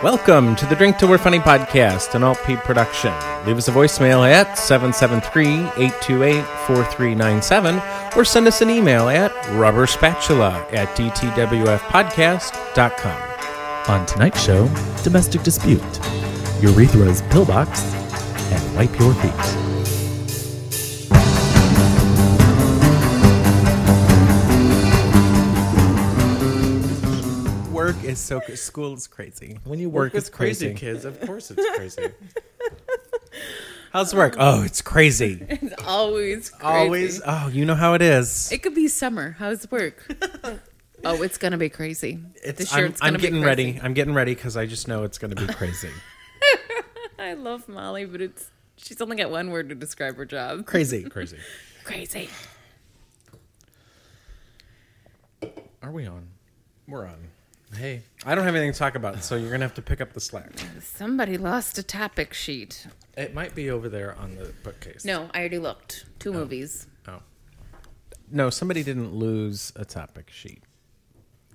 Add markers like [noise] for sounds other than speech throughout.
Welcome to the Drink Till We're Funny podcast, an alt production. Leave us a voicemail at 773-828-4397 or send us an email at rubberspatula at dtwfpodcast.com. On tonight's show, domestic dispute, urethra's pillbox, and wipe your feet. Work is so school is crazy. When you work, with crazy, kids. Of course, it's crazy. How's work? Oh, it's [laughs] crazy. It's always crazy. Always. Oh, you know how it is. It could be summer. How's [laughs] work? oh, it's gonna be crazy. It's, this I'm, year it's gonna I'm be getting crazy. ready. I'm getting ready because I just know it's going to be crazy. I love Molly, but it's she's only got one word to describe her [laughs] job. crazy. [laughs] crazy. Crazy. Are we on? We're on. Hey, I don't have anything to talk about, so you're gonna have to pick up the slack. Somebody lost a topic sheet. it might be over there on the bookcase. No, I already looked. Two movies. Oh. No, somebody didn't lose a topic sheet.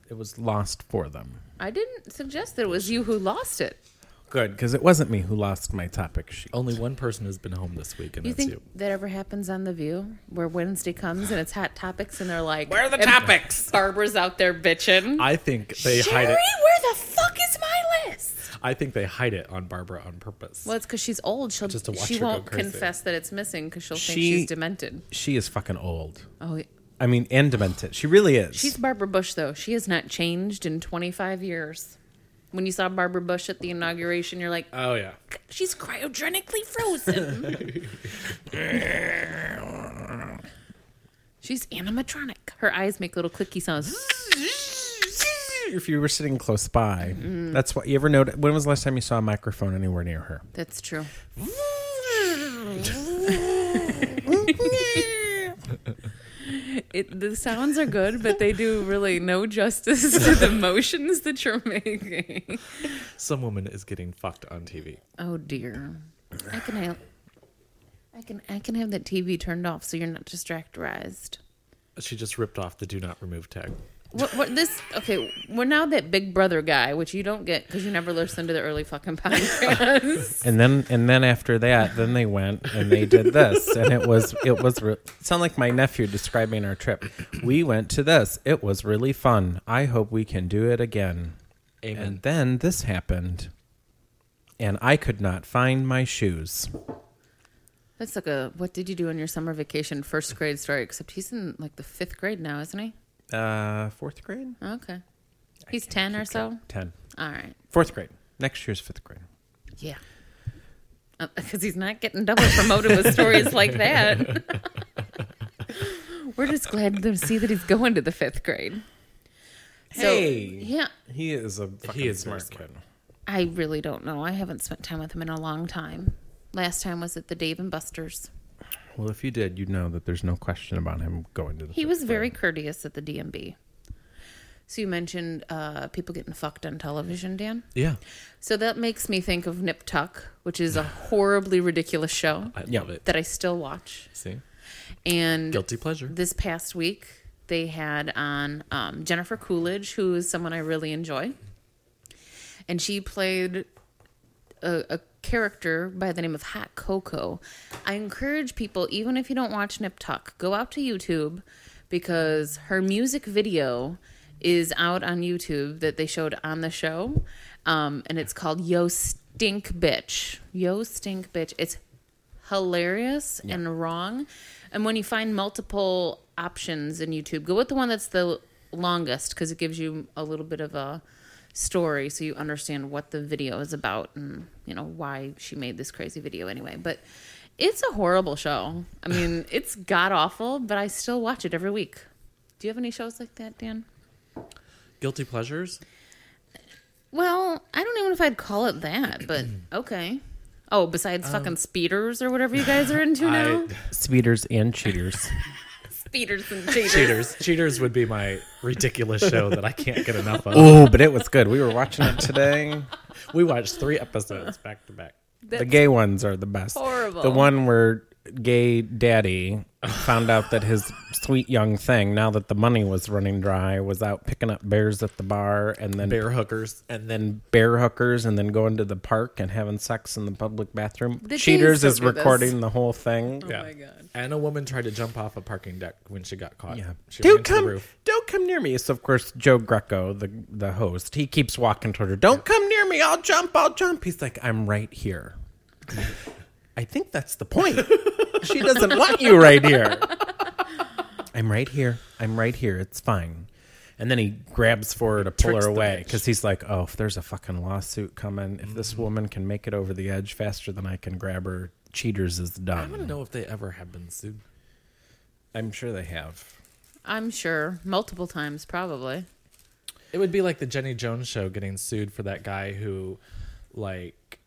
It was lost for them. I didn't suggest that it was you who lost it. Good, because it wasn't me who lost my topic sheet. Only one person has been home this week, and You that's think you. that ever happens on The View, where Wednesday comes and it's hot topics, and they're like, Where are the and topics? Barbara's out there bitching. I think they Sherry, hide it. where the fuck is my list? I think they hide it on Barbara on purpose. Well, it's because she's old. She'll Just to watch she her go won't crazy. confess that it's missing because she'll think She- she's demented. She is fucking old. Oh, I mean, and demented. She really is. she's Barbara Bush though. She has not changed in 25 years. When you saw Barbara Bush at the inauguration, you're like, Oh yeah. she's cryogenically frozen. [laughs] she's animatronic. Her eyes make little [gasps] clicky sounds. if you were sitting close by, that's what you ever noticed. When was the last time you saw a microphone anywhere near her? That's true. It, the sounds are good, but they do really no justice [laughs] to the motions that you're making. Some woman is getting fucked on TV. Oh dear, I can have, I can, I can have that TV turned off so you're not distractorized. She just ripped off the do not remove tag. What, what this? Okay, we're now that Big Brother guy, which you don't get because you never listened to the early [laughs] fucking podcast. And then, and then after that, then they went and they did this, and it was it was re- sound like my nephew describing our trip. We went to this. It was really fun. I hope we can do it again. Amen. And then this happened, and I could not find my shoes. That's like a what did you do on your summer vacation first grade story? Except he's in like the fifth grade now, isn't he? Uh, fourth grade, Okay, he's ten or so. ten. All right. Fourth grade. Next year's fifth grade. Yeah. Because he's not getting double promoted with stories like that. [laughs] We're just glad to see that he's going to the fifth grade. Hey. Yeah, He is a He is smart kid. I really don't know. I haven't spent time with him in a long time. Last time was at the Dave and Buster's. Well, if you did, you'd know that there's no question about him going to. The He fifth was very grade. courteous at the DMB. So you mentioned uh, people getting fucked on television, Dan. Yeah, So that makes me think of Nip Tuck, which is a horribly ridiculous show I Yeah. love it. that I still watch. See, And guilty pleasure. this past week they had on um, jennifer coolidge who is someone i really enjoy and she played a, a character by the name of hot coco i encourage people even if you don't watch nip tuck go out to youtube because her music video is out on youtube that they showed on the show um, and it's called yo stink bitch yo stink bitch it's hilarious and wrong. And when you find multiple options in YouTube, go with the one that's the longest because it gives you a little bit of a story so you understand what the video is about and you know why she made this crazy video anyway. But it's a horrible show. I mean, it's god awful, but I still watch it every week. Do you have any shows like that, Dan? Guilty pleasures. Well, I don't even know if I'd call it that, [clears throat] but okay. Oh, besides fucking speeders or whatever you guys are into now? I, speeders and [laughs] cheaters. speeders and [laughs] cheaters. cheaters. Cheaters would be my ridiculous show that I can't get enough of. oh, but it was good. We were watching it today. We watched three episodes back to back. the gay ones are the best. horrible. The one where gay daddy found out that his sweet young thing, now that the money was running dry, was out picking up bears at the bar and then Bear hookers. and then bear hookers and then going to the park and having sex in the public bathroom. The gays Cheaters don't is do this. recording the whole thing. Yeah. Oh my God. And a woman tried to jump off a parking deck when she got caught. Yeah. She Don't went into the come roof. don't come near me. So of course Joe Greco, the the host, he keeps walking toward her. Don't come near me, I'll jump, I'll jump. He's like, I'm right here. I think that's the [laughs] point. she doesn't want you right here. I'm right here. I'm right here. It's fine. And then he grabs for her to pull Tricks her the away bitch. because he's like, "Oh, if there's a fucking lawsuit coming, if this Mm-hmm. woman can make it over the edge faster than I can grab her, cheaters is I want to done." know if they ever have been sued. I'm sure they have. I'm sure multiple times, probably. It would be like the Jenny Jones show getting sued for that guy who, like,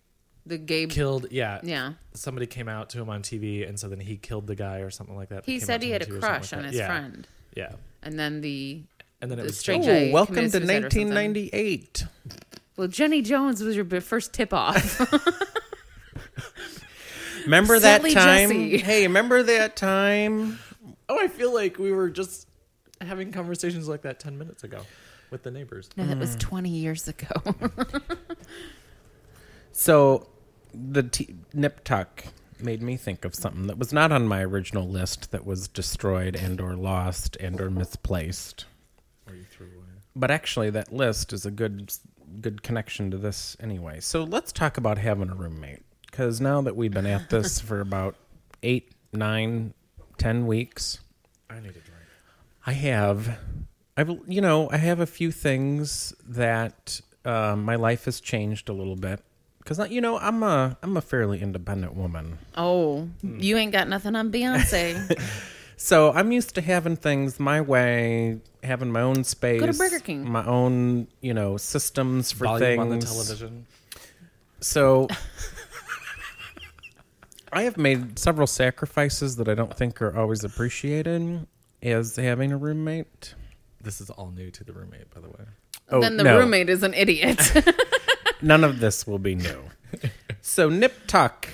The gay. killed. Yeah. Yeah. Somebody came out to him on TV, and so then he killed the guy or something like that. that He came out said to he him had a on TV or something crush like on that. his Yeah. friend, Yeah. and then the And then it the was straight Joe. guy. Oh, welcome committed to suicide or something. 1998. Well, Jenny Jones was your b- first tip [laughs] off. Remember that Silly time? Jesse. Hey, remember that time? Oh, I feel like we were just having conversations like that 10 minutes ago with the neighbors. no, that was 20 years ago. So the t- nip tuck made me think of something that was not on my original list that was destroyed and or lost and or misplaced. But actually that list is a good good connection to this anyway. So let's talk about having a roommate cuz now that we've been at [laughs] this for about eight, nine, ten weeks, I need a drink. I have. I've you know I have a few things that um, my life has changed a little bit because you know I'm a I'm a fairly independent woman, [laughs] oh, you ain't got nothing on [laughs] Beyonce. so I'm used to having things my way, having my own space, Burger King. my own you know systems for Volume things on the television. [laughs] So I have made several sacrifices that I don't think are always appreciated as having a roommate. This is all new to the roommate, by the way. Oh, then the no. roommate is an idiot. [laughs] None of this will be new. [laughs] so Nip Tuck,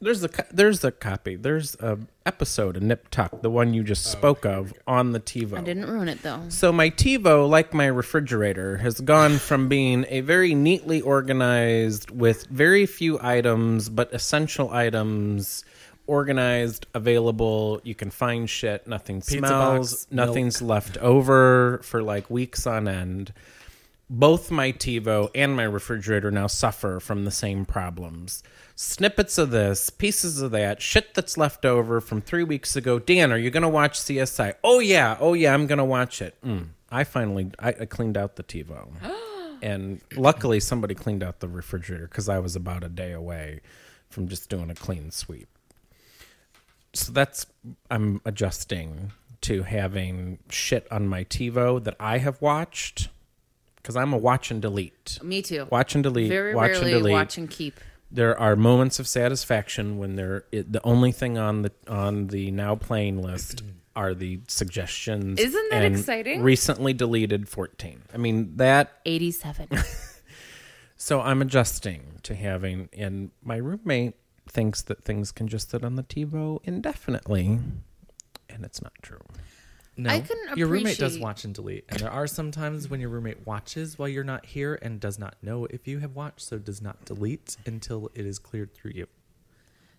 there's a co- there's a copy. There's a episode of Nip Tuck, the one you just spoke of on the TiVo. I didn't ruin it though. So my TiVo, like my refrigerator, has gone from being a very neatly organized with very few items but essential items organized, available, you can find shit, nothing Pizza smells, box, nothing's left over for like weeks on end. Both my TiVo and my refrigerator now suffer from the same problems. Snippets of this, pieces of that, shit that's left over from three weeks ago. Dan, are you going to watch CSI? Oh, yeah. Oh, yeah. I'm going to watch it. Mm. I finally I, I cleaned out the TiVo. and luckily, somebody cleaned out the refrigerator because I was about a day away from just doing a clean sweep so that's I'm adjusting to having shit on my TiVo that I have watched because I'm a watch and delete. Me too. Watch and delete. Very watch rarely and delete. watch and keep. there are moments of satisfaction when there it, the only thing on the on the now playing list [clears throat] are the suggestions. Isn't that and exciting? Recently deleted 14. I mean that 87. [laughs] so I'm adjusting to having, and my roommate thinks that things can just sit on the TiVo indefinitely, and it's not true. No, I couldn't your roommate does appreciate- watch and delete, and there are some times when your roommate watches while you're not here and does not know if you have watched, so does not delete until it is cleared through [laughs] you.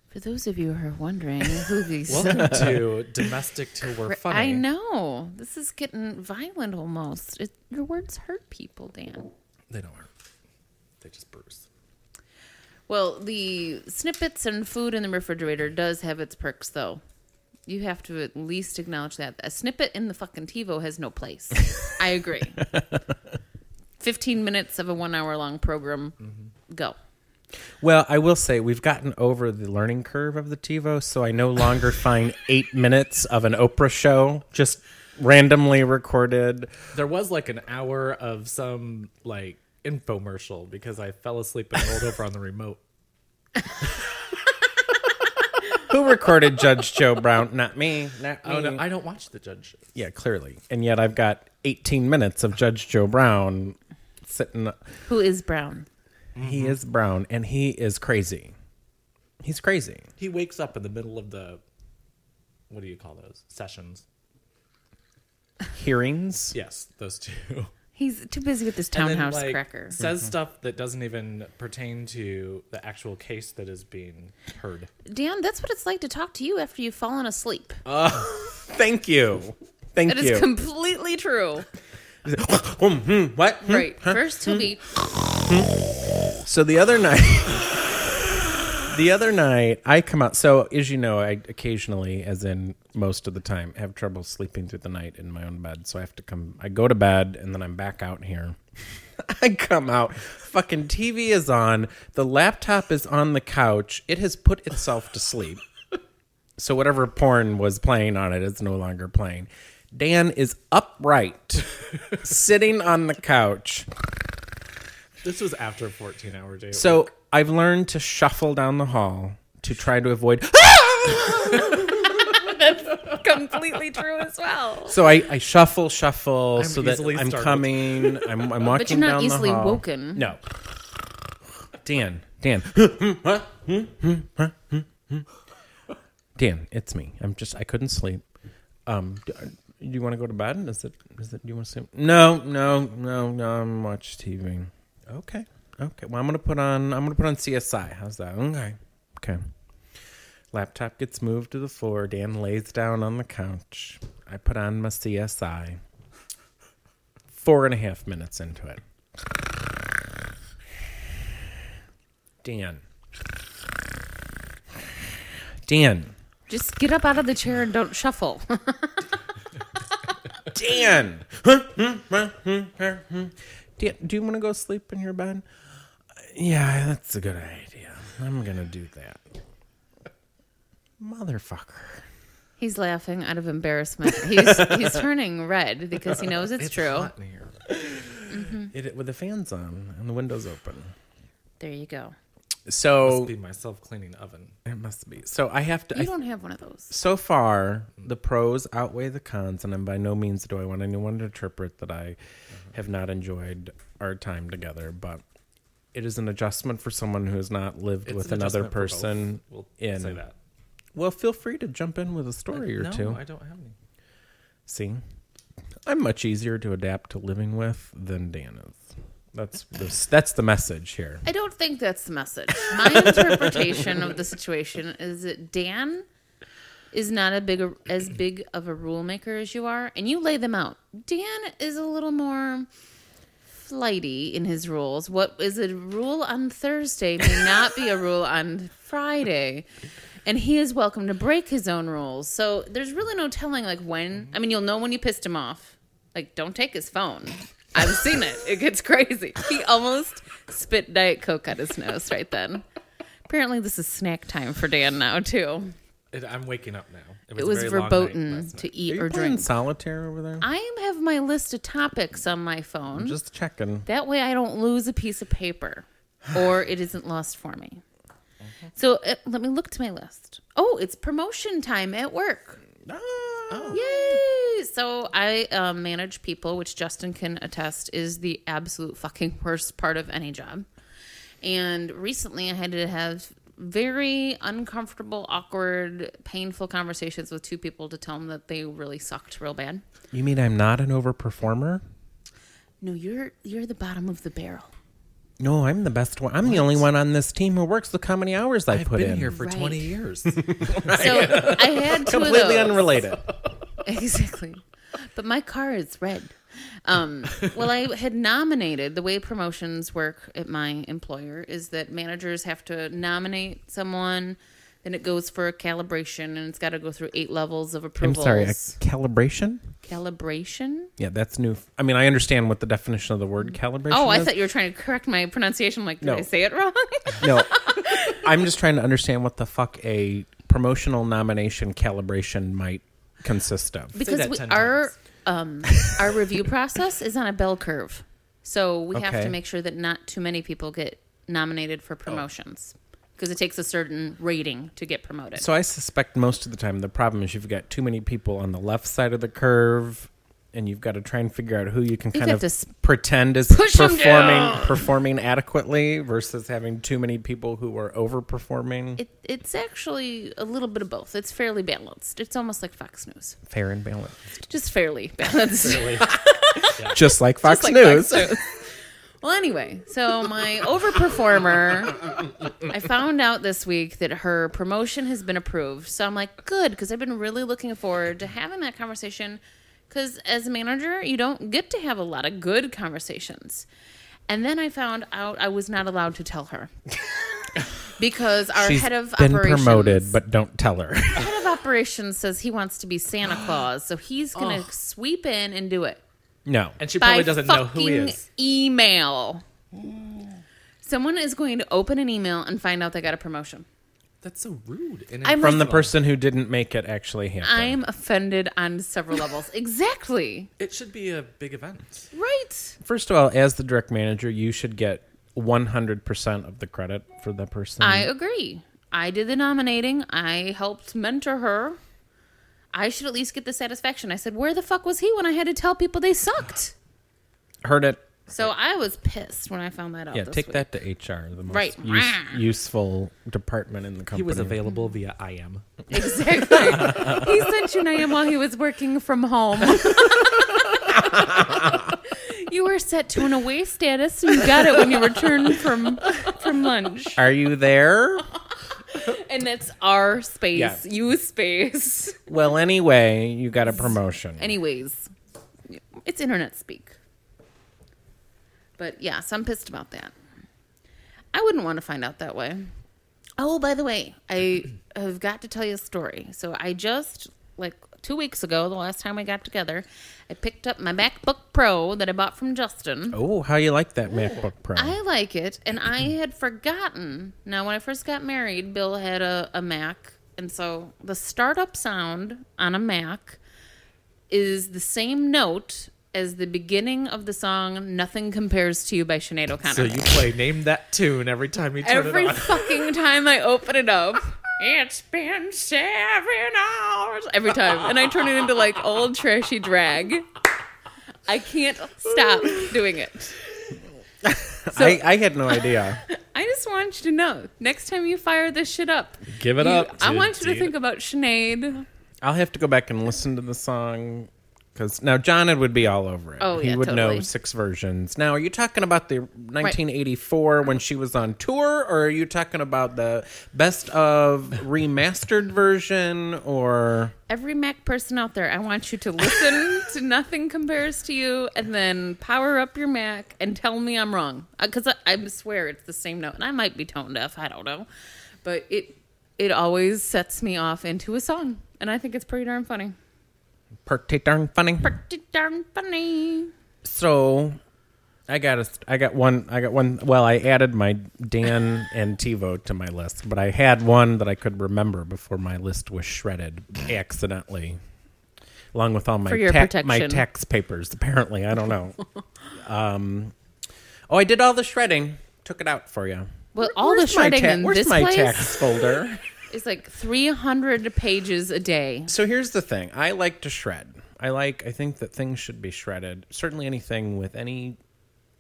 For those of you who are wondering who these Welcome to domestic till we're funny. I know. This is getting violent almost. It, your words hurt people, Dan. they don't hurt; they just bruise. Well, the snippets and food in the refrigerator does have its perks, though. You have to at least acknowledge that. A snippet in the fucking TiVo has no place. [laughs] I agree. 15 minutes of a one hour long program. Mm-hmm. Go. Well, I will say we've gotten over the learning curve of the TiVo, so I no longer find eight minutes of an Oprah show just randomly recorded. There was like an hour of some like infomercial because I fell asleep and rolled over on the [laughs] remote. Who recorded Judge Joe Brown? Not me. Not me. Oh no, I don't watch the judge. yeah, clearly. And yet I've got 18 minutes of Judge Joe Brown sitting. Who is Brown? Mm-hmm. He is brown and he is crazy. He's crazy. He wakes up in the middle of the what do you call those sessions? Hearings. Yes, those two. [laughs] He's too busy with this And then, townhouse like, cracker. says Mm-hmm. stuff that doesn't even pertain to the actual case that is being heard. Dan, that's what it's like to talk to you after you've fallen asleep. Thank you. Thank That is you. [laughs] completely true. Hmm, what? Hmm? Right. First [laughs] he'll be So the other night, [laughs] the other night, I come out. So as you know, I occasionally, as in most of the time, have trouble sleeping through the night in my own bed. So I have to come. I go to bed and then I'm back out here. [laughs] I come out. Fucking TV is on. The laptop is on the couch. It has put itself to sleep. So whatever porn was playing on it is no longer playing. Dan is upright, [laughs] sitting on the couch. This was after a 14 hour day. So I've learned to shuffle down the hall to try to [laughs] avoid. completely true as well. so I, I shuffle, shuffle, I'm so that easily I'm startled. coming. I'm, I'm walking you're not down easily the hall. woken. No. Dan, Dan, Dan, it's me. I'm just. I couldn't sleep. Um, do do you want to go to bed? Is it? Is it? Do you want to sleep? No, no, no, no. I'm watch TV. Okay, okay. Well, I'm gonna put on. I'm gonna put on CSI. How's that? Okay, okay. Laptop gets moved to the floor. Dan lays down on the couch. I put on my CSI. Four and a half minutes into it. Dan. Dan. Just get up out of the chair and don't shuffle. Dan. Dan, do you want to go sleep in your bed? Yeah, that's a good idea. I'm going to do that. Motherfucker. he's laughing out of embarrassment. He's he's turning red because he knows it's, true. hot in here. Did it with the fans on and the windows open. There you go. So Must be my self cleaning oven. it must be. So I have to. You I don't have one of those. so far, the pros outweigh the cons, and I'm by no means do I want anyone to interpret that I Mm-hmm. have not enjoyed our time together. But it is an adjustment for someone who has not lived It's with an another adjustment for both. person. We'll in- say that. Well, feel free to jump in with a story or no, two. I don't have any. See, I'm much easier to adapt to living with than Dan is. That's the, that's the message here. I don't think that's the message. My interpretation of the situation is that Dan is not a big as big of a rule maker as you are, and you lay them out. Dan is a little more flighty in his rules. What is a rule on Thursday may not be a rule on Friday. And he is welcome to break his own rules. So there's really no telling like when I mean you'll know when you pissed him off. Like don't take his phone. I've seen it. It gets crazy. He almost spit Diet Coke out his nose right then. Apparently this is snack time for Dan now too. It, I'm waking up now. It a was very long night verboten last night. to Are eat you or playing drink. solitaire over there? I have my list of topics on my phone. Just checking. That way I don't lose a piece of paper or it isn't lost for me. So uh, let me look to my list. Oh, it's promotion time at work. Oh. Yay! So I uh, manage people, which Justin can attest is the absolute fucking worst part of any job. And recently I had to have very uncomfortable, awkward, painful conversations with two people to tell them that they really sucked real bad. You mean I'm not an overperformer? No, you're you're the bottom of the barrel. No, I'm the best one. I'm the only one on this team who works. Look how many hours I I've put been in. here for Right. 20 [laughs] years. So I had two of Completely those. unrelated. [laughs] exactly. But my car is red. Um, well, I had nominated the way promotions work at my employer is that managers have to nominate someone, then it goes for a calibration, and it's got to go through eight levels of I'm approvals. sorry. A calibration? calibration. Yeah, that's new. I mean, I understand what the definition of the word calibration. Oh, I is. thought you were trying to correct my pronunciation. I'm like, did No. I say it wrong? [laughs] no. I'm just trying to understand what the fuck a promotional nomination calibration might consist of. because that we, 10 our um, our review process is on a bell curve, so we have Okay. to make sure that not too many people get nominated for promotions because it takes a certain rating to get promoted. So I suspect most of the time the problem is you've got too many people on the left side of the curve and you've got to try and figure out who you can You kind have of to s- pretend is push 'em performing down. performing adequately versus having too many people who are overperforming. It, it's actually a little bit of both. It's fairly balanced. It's almost like Fox News, Fair and balanced, just fairly balanced. just like Fox Just like News. Fox News. well, anyway, so my overperformer, I found out this week that her promotion has been approved. So I'm like, good, because I've been really looking forward to having that conversation. Because as a manager, you don't get to have a lot of good conversations. And then I found out I was not allowed to tell her. Because our She's head of been operations promoted, but don't tell her. [laughs] head of operations says he wants to be Santa Claus, so he's gonna sweep in and do it no, And she by probably doesn't know who he fucking is. email. Someone is going to open an email and find out they got a promotion. That's so rude. And I'm from the impersonal. person who didn't make it actually happen. I'm offended on [laughs] several levels. Exactly. It should be a big event. Right. First of all, as the direct manager, you should get 100% of the credit for the person. I Mm-hmm. agree. I did the nominating. I helped mentor her. I should at least get the satisfaction. I said, "Where the fuck was he when I had to tell people [sighs] they sucked?" heard it. So I was pissed when I found that out. Yeah, this take week. that to HR, the most Right. use, useful department in the company. He was available via IM. Exactly. he sent you Naeem while he was working from home. [laughs] you were set to an away status, and you got it when you returned from from lunch. Are you there? [laughs] And it's our space, Yeah. you space. well, anyway, you got a promotion. Anyways, it's internet speak. But yeah, so I'm pissed about that. I wouldn't want to find out that way. Oh, by the way, I have got to tell you a story. So I just, like two weeks ago, the last time we got together, I picked up my MacBook Pro that I bought from Justin. oh, how you like that MacBook Pro? I like it, and I had forgotten. Now, when I first got married, Bill had a, a Mac, and so the startup sound on a Mac is the same note as the beginning of the song "Nothing Compares to You" by Sinead O'Connor. So you play name that tune every time you turn Every it on. [laughs] fucking time I open it up, it's been seven hours every time, and I turn it into like old trashy drag. I can't stop doing it. I, I had no idea. I just want you to know next time you fire this shit up, Give it you- up, I dude, want you to dude. think about Sinead. I'll have to go back and listen to the song. Because now John Ed would be all over it. Oh, he yeah, would know totally. six versions. Now, are you talking about the 1984 when she was on tour, or are you talking about the best of remastered version? Or Every Mac person out there, I want you [laughs] to listen to Nothing Compares to You and then power up your Mac and tell me I'm wrong. Because I, I swear it's the same note. And I might be tone deaf. I don't know. But it it always sets me off into a song. And I think it's pretty darn funny. pretty darn funny. Pretty darn funny. So I got a, I got one. I got one. Well, I added my Dan and TiVo to my list, but I had one that I could remember before my list was shredded accidentally, along with all my For your tax my protection. tax papers. Apparently, I don't [laughs] know. um, oh, I did all the shredding. Took it out for you. Well, all the my shredding ta- in where's this my place tax folder? is like 300 pages a day. So here's the thing. I like to shred. I like. I think that things should be shredded. Certainly, anything with any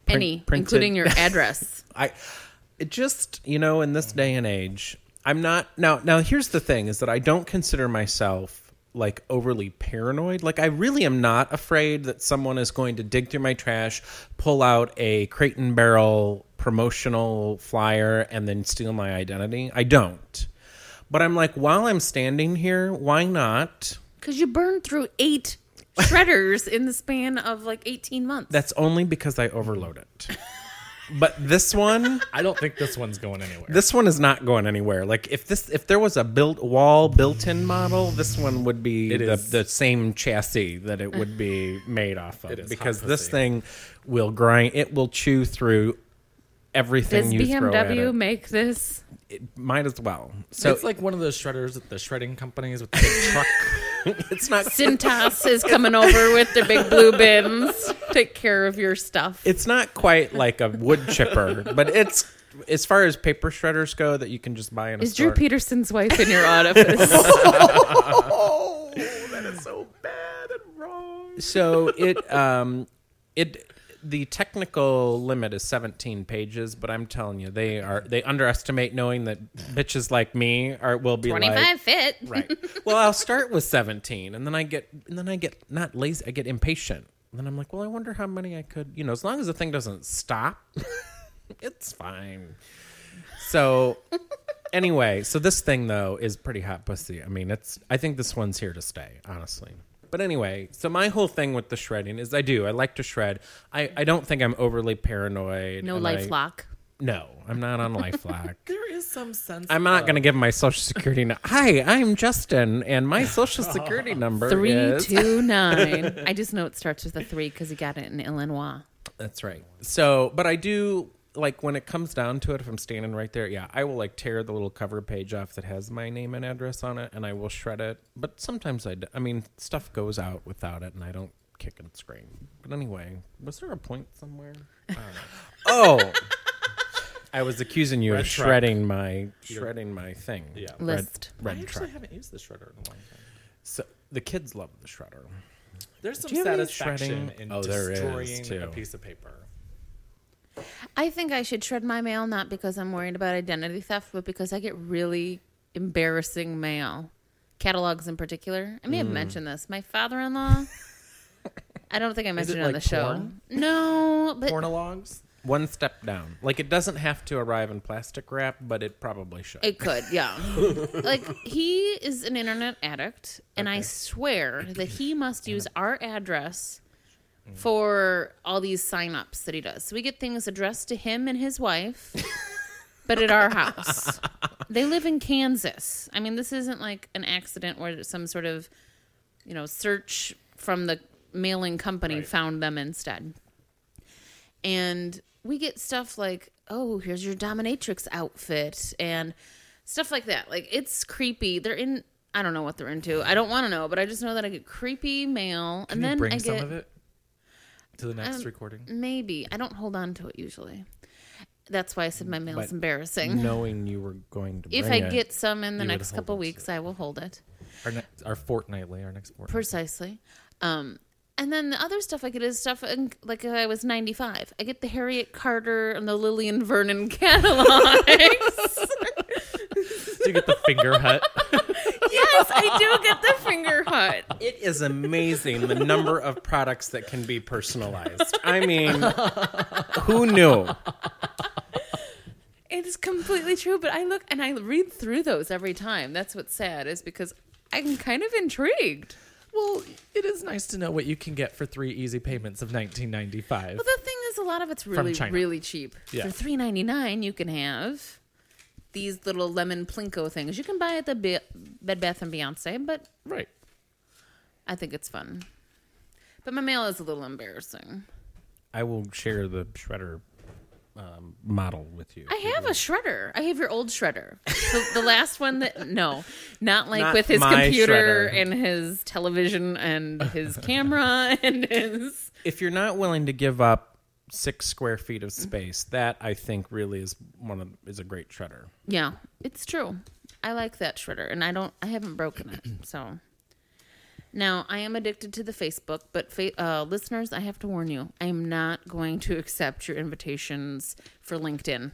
print- Any, printed- [laughs] including your address. I it just you know in this day and age, I'm not now. Now here's the thing: is that I don't consider myself like overly paranoid. Like I really am not afraid that someone is going to dig through my trash, pull out a Crate and Barrel promotional flyer, and then steal my identity. I don't. But I'm like, while I'm standing here, why not? Because you burned through eight shredders in the span of like 18 months. That's only because I overload it. But this one, I don't think this one's going anywhere. This one is not going anywhere. Like if this if there was a built wall built-in model, this one would be It the, is- the same chassis that it would be [laughs] made off of It is because hot this pussy. thing will grind it will chew through everything Does you throw at BMW it. make this? It Might as well. So it's like one of those shredders at the shredding companies with the [laughs] big truck. [laughs] it's not Cintas is coming over with their big blue bins. Take care of your stuff. it's not quite like a wood chipper, but it's as far as paper shredders go that you can just buy in a Is store. Drew Peterson's wife [laughs] in your office? oh, that is so bad and wrong. so it um it the technical limit is 17 pages but i'm telling you they are they underestimate knowing that bitches like me are will be Twenty like five fit. right well i'll start with 17 and then i get and then i get not lazy i get impatient and then i'm like well i wonder how many i could you know as long as the thing doesn't stop [laughs] it's fine so anyway so this thing though is pretty hot pussy i mean it's i think this one's here to stay honestly but anyway so my whole thing with the shredding is i do i like to shred i, I don't think i'm overly paranoid No and life I- lock. no i'm not on lifelock There is some sense. I'm not going to give my social security. nu- Hi, I'm Justin, and my social [laughs] security number Three is. two nine. [laughs] I just know it starts with a three because he got it in Illinois. That's right. So, but I do like when it comes down to it. If I'm standing right there, yeah, I will like tear the little cover page off that has my name and address on it, and I will shred it. But sometimes I, d- I mean, stuff goes out without it, and I don't kick and scream. But anyway, was there a point somewhere? I don't know. [laughs] oh. I was accusing you Red of truck. shredding my shredding my thing. Yeah. Red- List. Red, I actually truck. haven't used the shredder in a long time. So the kids love the shredder. There's some Do you have any satisfaction shredding? in Oh, there is, destroying a too. piece of paper. I think I should shred my mail not because I'm worried about identity theft, but because I get really embarrassing mail, catalogs in particular. I may Mm. have mentioned this. My father-in-law. I [laughs] don't think I mentioned it, on like the show. porn? No, but Pornologues. One step down. Like it doesn't have to arrive in plastic wrap, but it probably should. It could, [laughs] yeah. like he is an internet addict, and I swear that he must use our address Mm. for all these sign-ups that he does. So we get things addressed to him and [laughs] his wife, but at our house. They live in Kansas. I mean, this isn't like an accident where there's some sort of, you know, search from the mailing company found them instead. And we get stuff like, "Oh, here's your dominatrix outfit," and stuff like that. Like it's creepy. They're in. I don't know what they're into. I don't want to know, but I just know that I get creepy mail, and Can then you bring I get some of it to the next Um, recording? maybe I don't hold on to it usually. That's why I said my mail is But embarrassing. [laughs] Knowing you were going to if I bring it. get some in the you would next hold couple on to weeks, I will hold it. Our next, our fortnightly, our next fortnight. Precisely. Um, and then the other stuff I get is stuff in, like if I was 95. I get the Harriet Carter and the Lillian Vernon [laughs] catalogs. Do you get the finger hut? [laughs] yes, I do get the [laughs] finger hut. it is amazing the number of products that can be personalized. I mean, who knew? It's completely true, but I look and I read through those every time. That's what's sad is because I'm kind of intrigued. Well, it is nice to know what you can get for three easy payments of 1995. Well, the thing is, a lot of it's really, China. really cheap. Yeah. For three ninety nine, you can have these little lemon plinko things you can buy at the Be- Bed Bath and Beyonce, but right. I think it's fun. But my mail is a little embarrassing. I will share the shredder um, model with you. I have a shredder. I have your old shredder, the, the last one that no, not like Not with his my computer shredder. and his television [laughs] and his camera and his. if you're not willing to give up six square feet of space, that I think really is one of is a great shredder. Yeah, it's true. I like that shredder, and I don't. I haven't broken it, so. Now I am addicted to the Facebook, but fa- uh, listeners, I have to warn you, I am not going to accept your invitations for LinkedIn.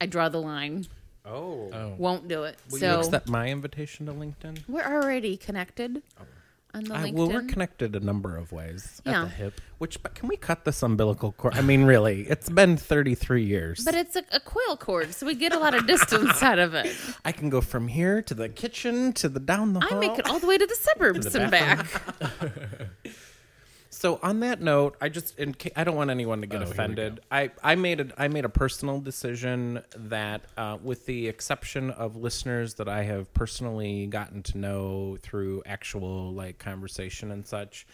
I draw the line. Oh, Won't do it. will you so accept my invitation to LinkedIn? We're already connected on the I- LinkedIn. well, we're connected a number of ways. Yeah. hip. Which, but can we cut this umbilical cord? I mean, really, it's been 33 years. but it's a, a coil cord, so we get a lot of distance out of it. I can go from here to the kitchen to the down the I hall. make it all the way to the suburbs and back. so on that note, I just in ca- I don't want anyone to get offended. I I made a I made a personal decision that, uh, with the exception of listeners that I have personally gotten to know through actual like conversation and such.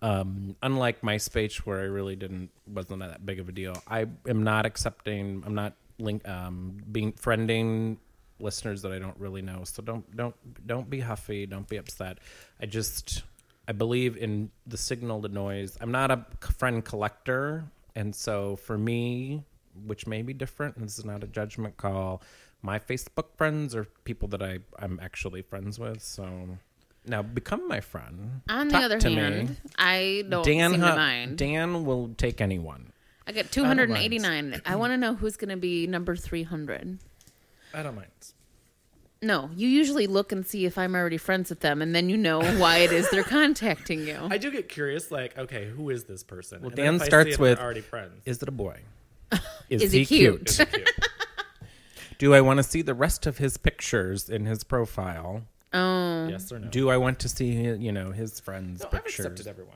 Um, unlike MySpace, where I really didn't wasn't that big of a deal, I am not accepting. I'm not link um, being friending listeners that I don't really know. So don't don't don't be huffy. Don't be upset. I just I believe in the signal to noise. I'm not a c- friend collector, and so for me, which may be different, and this is not a judgment call. My Facebook friends are people that I I'm actually friends with. So Now become my friend. On Talk the other to me. hand, I don't Dan seem Hu- to mind. Dan will take anyone. I got 289. I want to know who's going to be number 300. I don't mind. No, you usually look and see if I'm already friends with them, and then you know why it is they're contacting you. [laughs] I do get curious, like, okay, who is this person? Well, Dan starts with- already friends. Is it a [laughs] boy? Is he cute? Is it cute? Do I want to see the rest of his pictures in his profile? Oh, yes or no? Do I want to see hi- you know his friends' no, I've pictures? accepted everyone.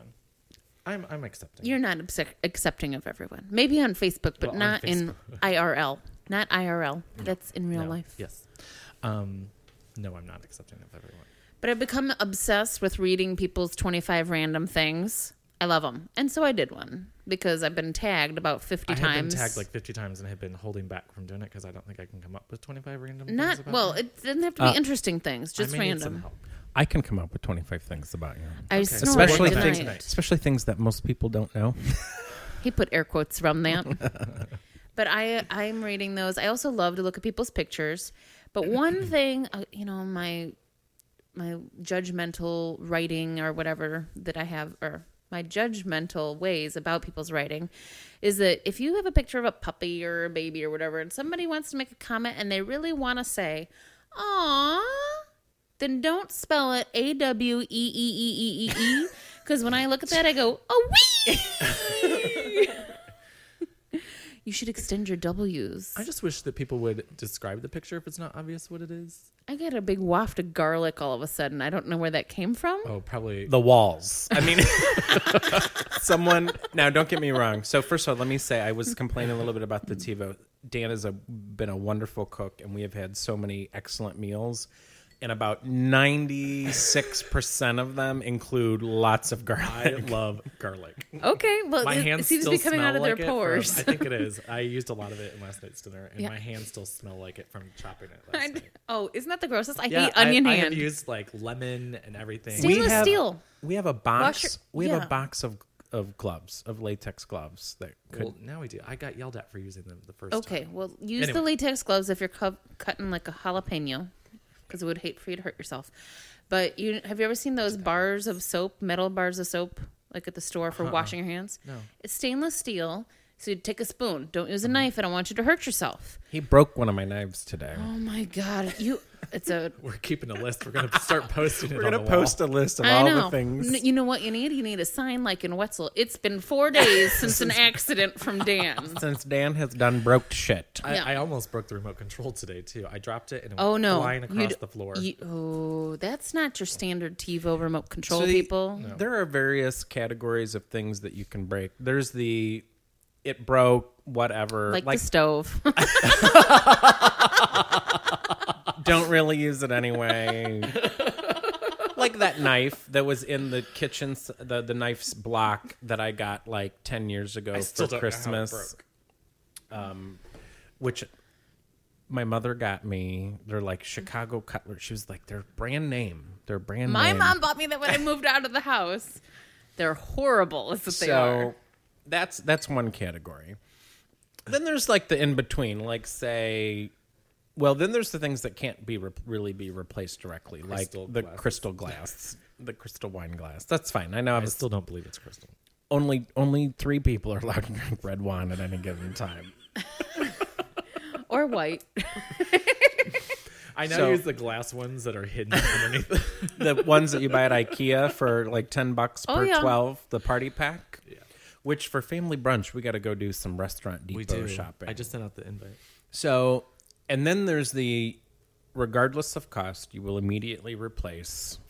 I'm I'm accepting. you're not obsec- accepting of everyone. Maybe on Facebook, Well, but on not in IRL. Not IRL. That's in real No. life. Yes. Um, no, I'm not accepting of everyone. But I've become obsessed with reading people's 25 random things. I love them. And so I did one because I've been tagged about 50 I have been times. tagged like 50 times and have been holding back from doing it because I don't think I can come up with 25 random. things Not, about well, me. it doesn't have to be interesting things, I just may need some random. help. I can come up with twenty five things about you, I so snored especially we're things, gonna- tonight. especially things that most people don't know. He put air quotes around that. but I I'm reading those. I also love to look at people's pictures. [clears throat] But one thing, uh, you know, my my judgmental writing or whatever that I have or my judgmental ways about people's writing is that if you have a picture of a puppy or a baby or whatever and somebody wants to make a comment and they really want to say, "Aw," then don't spell it A W E E E E E E because when I look at that I go, "Oh wee." You should extend your W's. I just wish that people would describe the picture if it's not obvious what it is. I got a big waft of garlic all of a sudden. I don't know where that came from. Oh, probably. the walls. I mean, [laughs] someone. Now, don't get me wrong. So, first of all, let me say I was complaining a little bit about the TiVo. Dan has a, been a wonderful cook, and we have had so many excellent meals. And about ninety-six percent of them include lots of [laughs] I garlic. love garlic. Okay, well, My it, hands it seems still to be coming smell out of like their it from- pores. [laughs] I think it is. I used a lot of it in last night's dinner, and Yeah. my hands still smell like it from chopping [laughs] it last night. oh, isn't that the grossest? [laughs] I Yeah, hate onion I, I have hand. used like lemon and everything. Steve- Stainless steel. We have a box. Wash your- we have yeah. a box of of gloves of latex gloves that could. well, now we do. I got yelled at for using them the first Okay, time. well, use Anyway. the latex gloves if you're cu- cutting like a jalapeno, because it would hate for you to hurt yourself. But you have you ever seen those bars of soap, metal bars of soap, like at the store for Uh-uh. washing your hands? No, it's stainless steel. So you take a spoon. Don't use a Uh-huh. knife. I don't want you to hurt yourself. he broke one of my knives today. Oh my god, you! It's a We're keeping a list. We're gonna [laughs] start posting it. We're gonna on the wall. post a list of I all know. the things. N- You know what you need? You need a sign like in Wetzel. It's been four [laughs] days since an accident from Dan. Since Dan has done broke shit. I, Yeah. I almost broke the remote control today too. I dropped it and it Oh went no! flying across You'd- the floor. you- oh, that's not your standard TiVo remote control, So the- people. There are various categories of things that you can break. There's the it broke, whatever. Like, Like, the stove. [laughs] don't really use it [laughs] anyway. like that knife that was in the kitchen, s- the the knife's block that I got like ten years ago I still for don't Christmas, know how it broke. which my mother got me. They're like Chicago Cutler. She was like, they're brand name. They're brand My name. mom bought me that when I moved out of the house. They're horrible. Is what they so are. that's that's one category then there's like the in between like say well then there's the things that can't be re- really be replaced directly Crystal like the glasses. crystal glass the crystal wine glass that's fine i know i I was still don't believe it's crystal. only only three people are allowed to drink red wine at any given time Or white. I now So- use the glass ones that are hidden [laughs] underneath. the ones that you buy at ikea for like 10 bucks Oh, per yeah. 12 the party pack which for family brunch we got to go do some restaurant depot shopping I just sent out the invite. So, and then there's the regardless of cost, you will immediately replace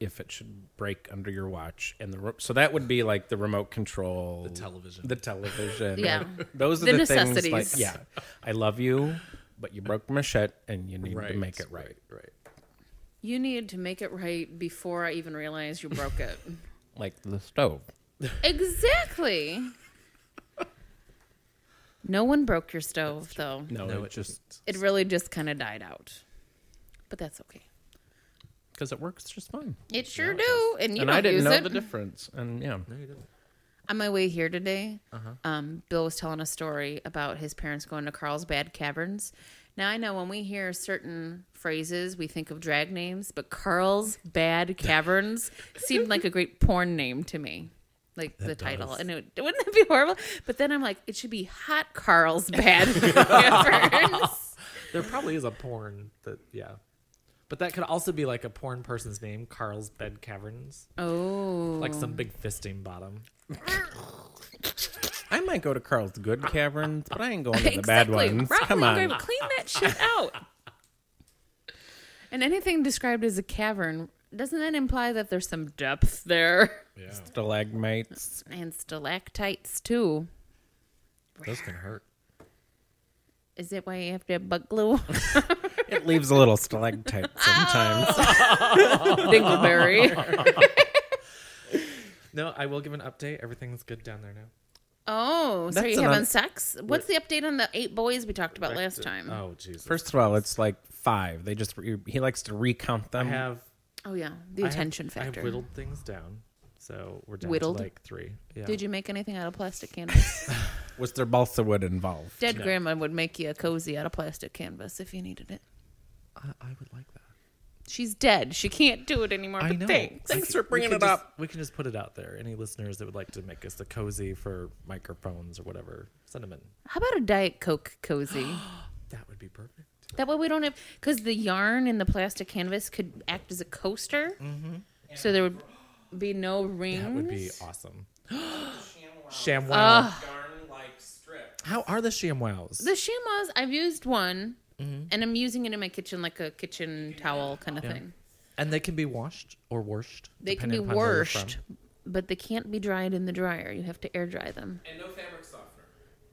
if it should break under your watch. And the re- so that would be like the remote control, the television. the television. Yeah. like, [laughs] those are the, The things. Like, necessities. yeah, I love you, but you broke my shit, and you need to make it right. Right. You need to make it right before I even realize you broke [laughs] it. Like the stove. exactly. No one broke your stove, though. No, No, it, it just it really just kind of died out. But that's okay. because it works just fine. It sure do, and you and don't I didn't use know it. the difference. And yeah, No, you didn't. On my way here Uh-huh. today, um, Bill was telling a story about his parents going to Carlsbad Caverns, Now I know when we hear certain phrases, we think of drag names, but Carl's [laughs] Bad Caverns seemed like a great porn name to me. Like the title, and it, wouldn't that be horrible? But then I'm like, it should be Hot Carl's Bad [laughs] Caverns. There probably is a porn that, yeah. But that could also be like a porn person's name, Carl's Bed Caverns. oh, Like some big fisting bottom. I might go to Carl's good caverns, but I ain't [laughs] going to the bad Exactly. ones. Right, Come like, on. I've Clean that shit out. [laughs] and anything described as a cavern, doesn't that imply that there's some depth there? Yeah. Stalagmites. [laughs] And stalactites, too. Those can hurt. Is it why you have to have butt glue? It leaves a little stalactite Oh. sometimes. [laughs] Dingleberry. No, I will give an update. Everything's good down there now. Oh, so That's you an having un- sex? What's the update on the eight boys we talked about last time? Oh, Oh, Jesus. First of all, it's like five. They just re- he likes to recount I them. have Oh, yeah, the I have- attention I have factor. whittled things down. So we're down Whittled? to like three. Yeah. Did you make anything out of [laughs] plastic canvas? Was there balsa wood involved? Dead grandma would make you a cozy out of plastic canvas if you needed it. I, I would like that. She's dead. She can't do it anymore. I but know. Thanks. I could- for we bringing could it just- up. We can just put it out there. Any listeners that would like to make us a cozy for microphones or whatever, send them in. How about a Diet Coke cozy? That would be perfect. that way we don't have because the yarn in the plastic canvas could act as a coaster, so there would be no rings. That would be [gasps] awesome. ShamWow. Ugh. How are the ShamWows? The chamois, I've used one, and I'm using it in my kitchen like a kitchen towel kind of thing. And they can be washed or washed. They can be depending upon where you're from. washed, but they can't be dried in the dryer. You have to air dry them. And no fabric softener.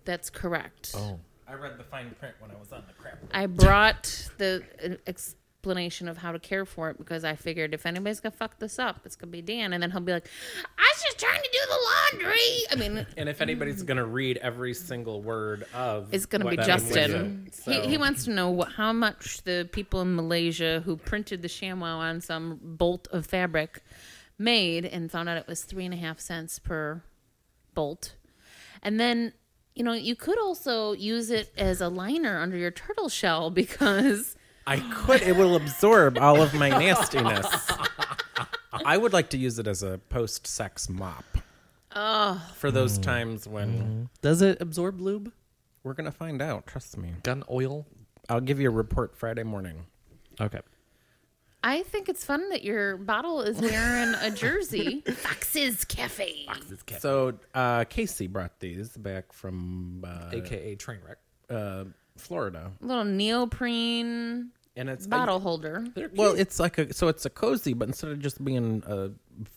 That's correct. Oh. I read the fine print when I was on the crap. I brought the uh, explanation of how to care for it because I figured if anybody's gonna fuck this up, it's gonna be Dan, and then he'll be like, "I was just trying to do the laundry." I mean, And if anybody's going to read every single word of Mm. It's going to what be that Justin. was, He, so- he wants to know what, how much the people in Malaysia who printed the ShamWow on some bolt of fabric made and found out it was three and a half cents per bolt. And then, you know, you could also use it as a liner under your turtle shell [laughs] because I could. It will absorb all of my nastiness. I would like to use it as a post-sex mop. Oh. For those times when Does it absorb lube? we're gonna find out. Trust me. Gun oil? I'll give you a report Friday morning. Okay. I think it's fun that your bottle [laughs] is wearing a jersey. Fox's Cafe. So uh, Casey brought these back from uh, AKA train wreck. uh, Florida, Little neoprene and it's bottle holder. well, it's like a so it's a cozy, but instead of just being a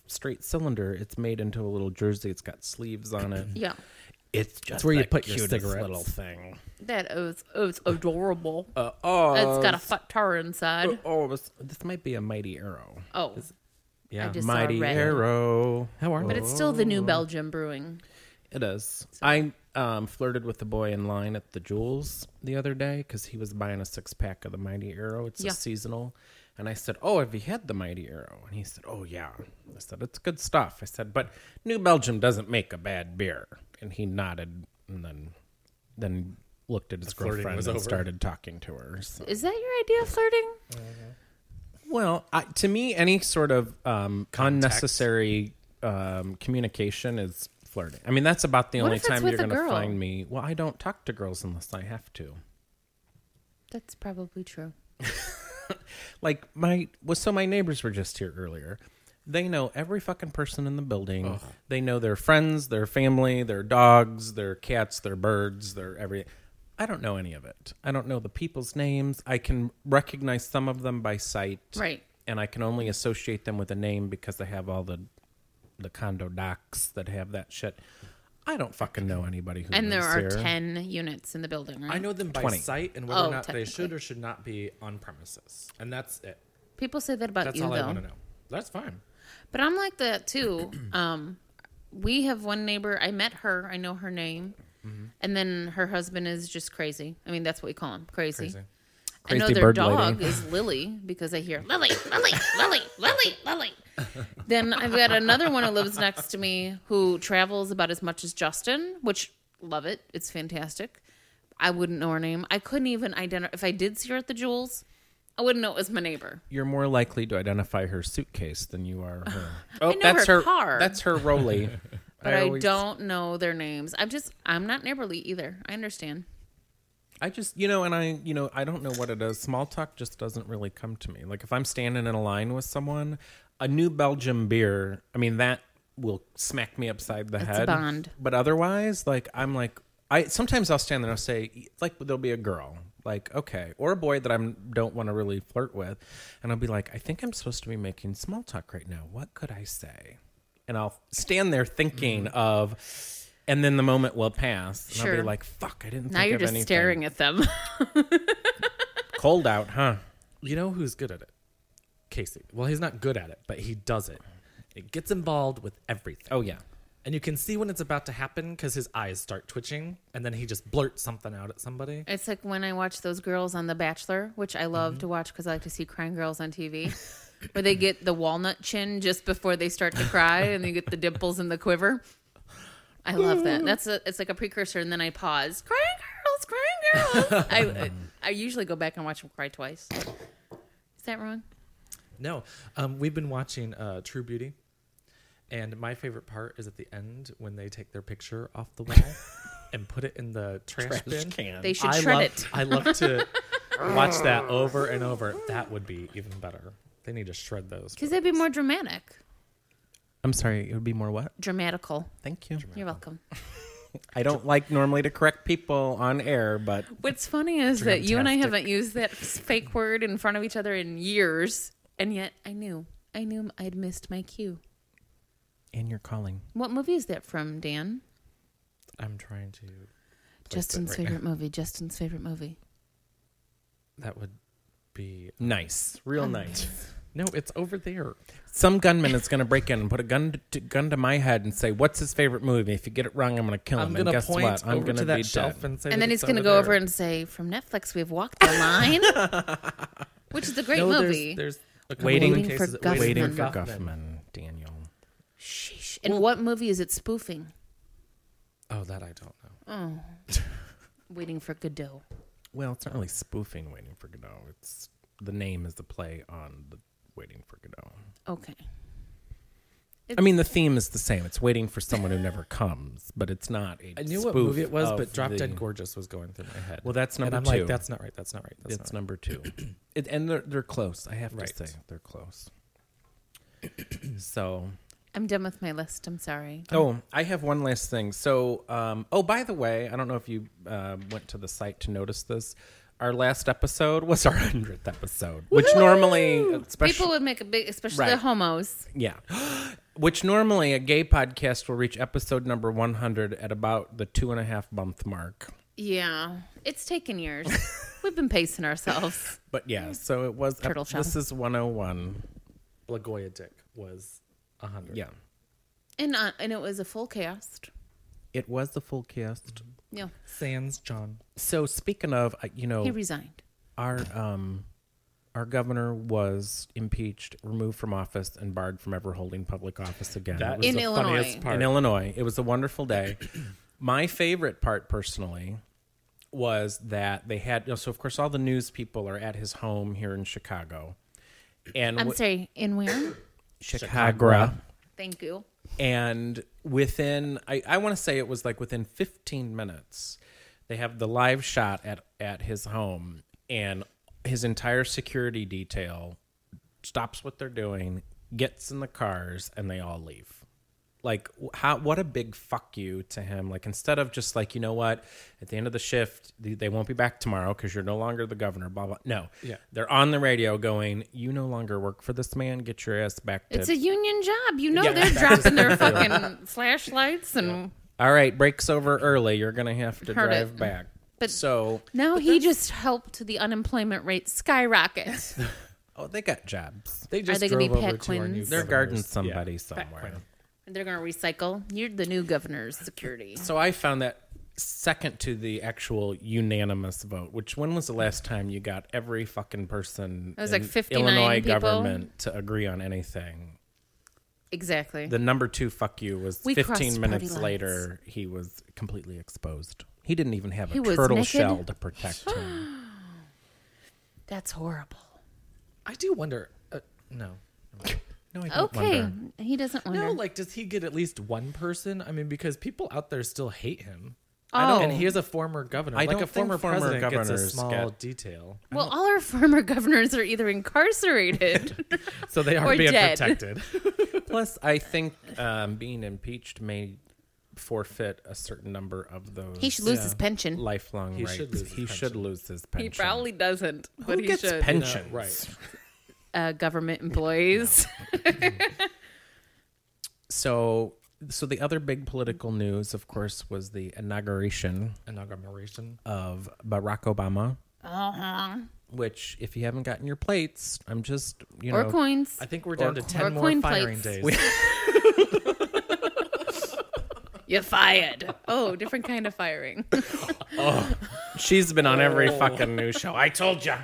straight cylinder, it's made into a little jersey. It's got sleeves on it. Yeah. It's just where you the put your cutest cigarettes. Little thing. That is, it's adorable. Oh, it's Uh, got a fat tar inside. Oh, this, this might be a mighty arrow. Oh, Yeah. I just mighty saw red. arrow. How are But it's still the Oh. new Belgium brewing. It is. I um, flirted with the boy in line at the Jewels the other day because he was buying a six pack of the Mighty Arrow. It's Yeah. a seasonal. And I said, Oh, have you had the Mighty Arrow? And he said, Oh, yeah. I said, It's good stuff. I said, But New Belgium doesn't make a bad beer. And he nodded and then then looked at his flirting girlfriend was and over. started talking to her. So. Is that your idea of flirting? Well, I, to me, any sort of um, unnecessary um, communication is flirting. I mean, that's about the What only if it's time with you're a going to girl? find me. Well, I don't talk to girls unless I have to. That's probably true. Like my was so my neighbors were just here earlier. They know every fucking person in the building. They know their friends, their family, their dogs, their cats, their birds, their every. I don't know any of it. I don't know the people's names. I can recognize some of them by sight. Right. and I can only associate them with a name because they have all the the condo docs that have that shit. I don't fucking know anybody who And there lives are here. 10 units in the building, right? I know them by 20. sight and whether Oh, or not they should technically. or should not be on premises. And that's it. People say that about That's you, all I though. want to know. That's fine. But I'm like [clears throat] that, too. um, we have one neighbor. I met her. I know her name. Mm-hmm. And then her husband is just crazy. I mean, that's what we call him crazy. Crazy. I know Crazy their bird lady. dog [laughs] is Lily because I hear Lily, Lily, Lily, Lily, [laughs] Lily. then I've got another one who lives next to me who travels about as much as Justin, which love it. It's fantastic. I wouldn't know her name. I couldn't even identify if I did see her at the Jewels. I wouldn't know it was my neighbor. You're more likely to identify her suitcase than you are her. know her car. Oh, That's her Rolly. [laughs] But I, always- don't know their names. I'm just I'm not neighborly either. I understand. I just, you know, and I, you know, I don't know what it is. Small talk just doesn't really come to me. Like if I'm standing in a line with someone, a new Belgium beer, I mean, that will smack me upside the It's a head. bond. But otherwise, like I'm like, I sometimes I'll stand there and I'll say, like, there'll be a girl, like, okay, or a boy that I am don't want to really flirt with. And I'll be like, I think I'm supposed to be making small talk right now. What could I say? And I'll stand there thinking of, and then the moment will pass. And I'll Mm-hmm. Sure. be like, fuck, I didn't Now think you're of just anything. staring at them. [laughs] Cold out, huh? You know who's good at it? Casey. Well, he's not good at it, but he does it. It gets involved with everything. Oh yeah. And you can see when it's about to happen because his eyes start twitching and then he just blurts something out at somebody. It's like when I watch those girls on The Bachelor, which I Mm-hmm. love to watch because I like to see crying girls on TV, [laughs] where they get the walnut chin just before they start to cry, and they get the dimples and the quiver. I love [laughs] that. That's a, it's like a precursor, and then I pause. Crying girls, crying girls. I I usually go back and watch them cry twice. Is that wrong? No, um, we've been watching uh, True Beauty. And my favorite part is at the end when they take their picture off the wall [laughs] and put it in the trash, bin. They should I shred love, it. I love [laughs] to Oh. watch that over and over. That would be even better. They need to shred those. Because they'd be more dramatic, I'm sorry. It would be more what? dramatical. Thank you. You're welcome. I don't like normally to correct people on air, but What's funny is that you and I haven't used that fake word in front of each other in years, and yet I knew, I knew I'd missed my cue. and you're calling. What movie is that from, Dan? I'm trying to. Justin's favorite movie. Justin's favorite movie. That would be. Nice, real nice. No, it's over there. Some gunman is going to break in and put a gun to, gun to my head and say, "What's his favorite movie?" If you get it wrong, I'm going to kill him. I'm and gonna guess point what? I'm over gonna to be that dead. shelf and say. that And then he's it's going to go there. over and say, "From Netflix, we've walked the line," [laughs] which is a great No, there's- movie. There's, a couple Waiting other for cases that- Guffman. waiting for Guffman. Guffman, Daniel. Sheesh. And what movie is it spoofing? Oh. Oh, that I don't know. [laughs] Waiting for Godot. Well, it's not really spoofing Waiting for Godot. It's the name is the play on the Waiting for Godot. Okay. I mean, the theme is the same. It's waiting for someone who never comes, but it's not. I I knew what movie it was, but Drop Dead Gorgeous was going through my head. Well, that's and number I'm two. like, that's not right. That's not right. That's It's not. number two, [clears throat] it, and they're they're close. I have Right. to say they're close. [clears throat] so, I'm done with my list. I'm sorry. [clears throat] oh, I have one last thing. So, um, oh, by the way, I don't know if you uh, went to the site to notice this. Our last episode was our [laughs] hundredth episode, which normally, especially People would make a big, especially the Right. homos. Yeah. [gasps] Which normally a gay podcast will reach episode number 100 at about the two and a half month mark. Yeah, it's [laughs] taken years. We've been pacing ourselves. But yeah, so it was. Mm. Turtle shell. This is 101. Lagoya Dick was a hundred. Yeah. And uh, and it was a full cast. It was the full cast. Yeah, Sans John. So speaking of, uh, you know, he resigned. our um our governor was impeached, removed from office, and barred from ever holding public office again. That It was was In the Illinois. funniest part. in Illinois. It was a wonderful day. [clears throat] My favorite part, personally, was that they had. So, of course, all the news people are at his home here in Chicago, and I'm wi- sorry. [coughs] In where? Chicago. Thank you. And within, I, I want to say it was like within 15 minutes, they have the live shot at at his home, and his entire security detail stops what they're doing, gets in the cars, and they all leave. Like wh- how? What a big fuck you to him! Like instead of just like you know what, at the end of the shift they, they won't be back tomorrow because you're no longer the governor. Blah blah. No, Yeah. they're on the radio going, you no longer work for this man. Get your ass back to It's a union job. You know Yeah, [laughs] they're dropping their fucking flashlights and all right, break's over early. You're going to have to Heard drive it. back. But- so, now he just helped the unemployment [laughs] rate skyrocket. oh, they got jobs. They just they gonna drove be over Pat to our new. Quins? They're governors. guarding somebody Yeah. somewhere. they're gonna recycle. You're the new governor's security. So I found that second to the actual unanimous vote. Which when was the last time you got every fucking person? It was like 59 Illinois people. government to agree on anything. Exactly. The number two fuck you was We crossed 15 minutes party lines. later. He was completely exposed. He didn't even have He a was turtle naked? shell to [gasps] protect him. That's horrible. I do wonder. Uh, no. No, I don't Okay, wonder. he doesn't wonder. No, like, does he get at least one person? I mean, because people out there still hate him. I don't- and he is a former governor. I like don't a former think former president gets a governors small get- detail, well, all our [laughs] former governors are either [laughs] incarcerated. so they Or are being [laughs] dead. protected. Plus, I think um, being impeached may forfeit a certain number of those he should lose Yeah. his pension. lifelong He rights. should lose his he should pension. lose his pension. He probably doesn't, but Who he gets should. pensions? No, right. uh, government employees. So, so the other big political news, of course, was the inauguration Inauguration. of Barack Obama. Uh-huh. Which, if you haven't gotten your plates, I'm just you or know coins. I think we're down to coin- or ten more coin firing [laughs] plates. days. You're fired. Oh, different kind of [laughs] firing. she's been on every Oh. fucking news show. I told you,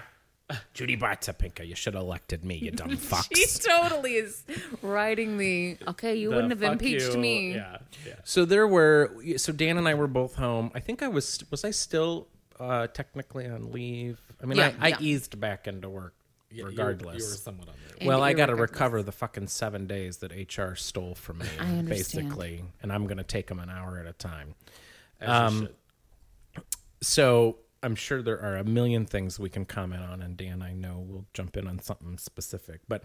Judy Bartapinka, you should have elected me, you [laughs] dumb fucks. he totally is riding the. Okay, you wouldn't have Fuck impeached you. me. Yeah, yeah. So there were. So Dan and I were both home. I think I was. Was I still uh, technically on leave? I mean, Yeah, I, I yeah. eased back into work You were- you were regardless. somewhat on there. well, I got to Irregardless. recover the fucking seven days that HR stole from me, understand. basically, and I'm going to take them an hour at a time. As you should. So I'm sure there are a million things we can comment on, and Dan, I know we'll jump in on something specific. But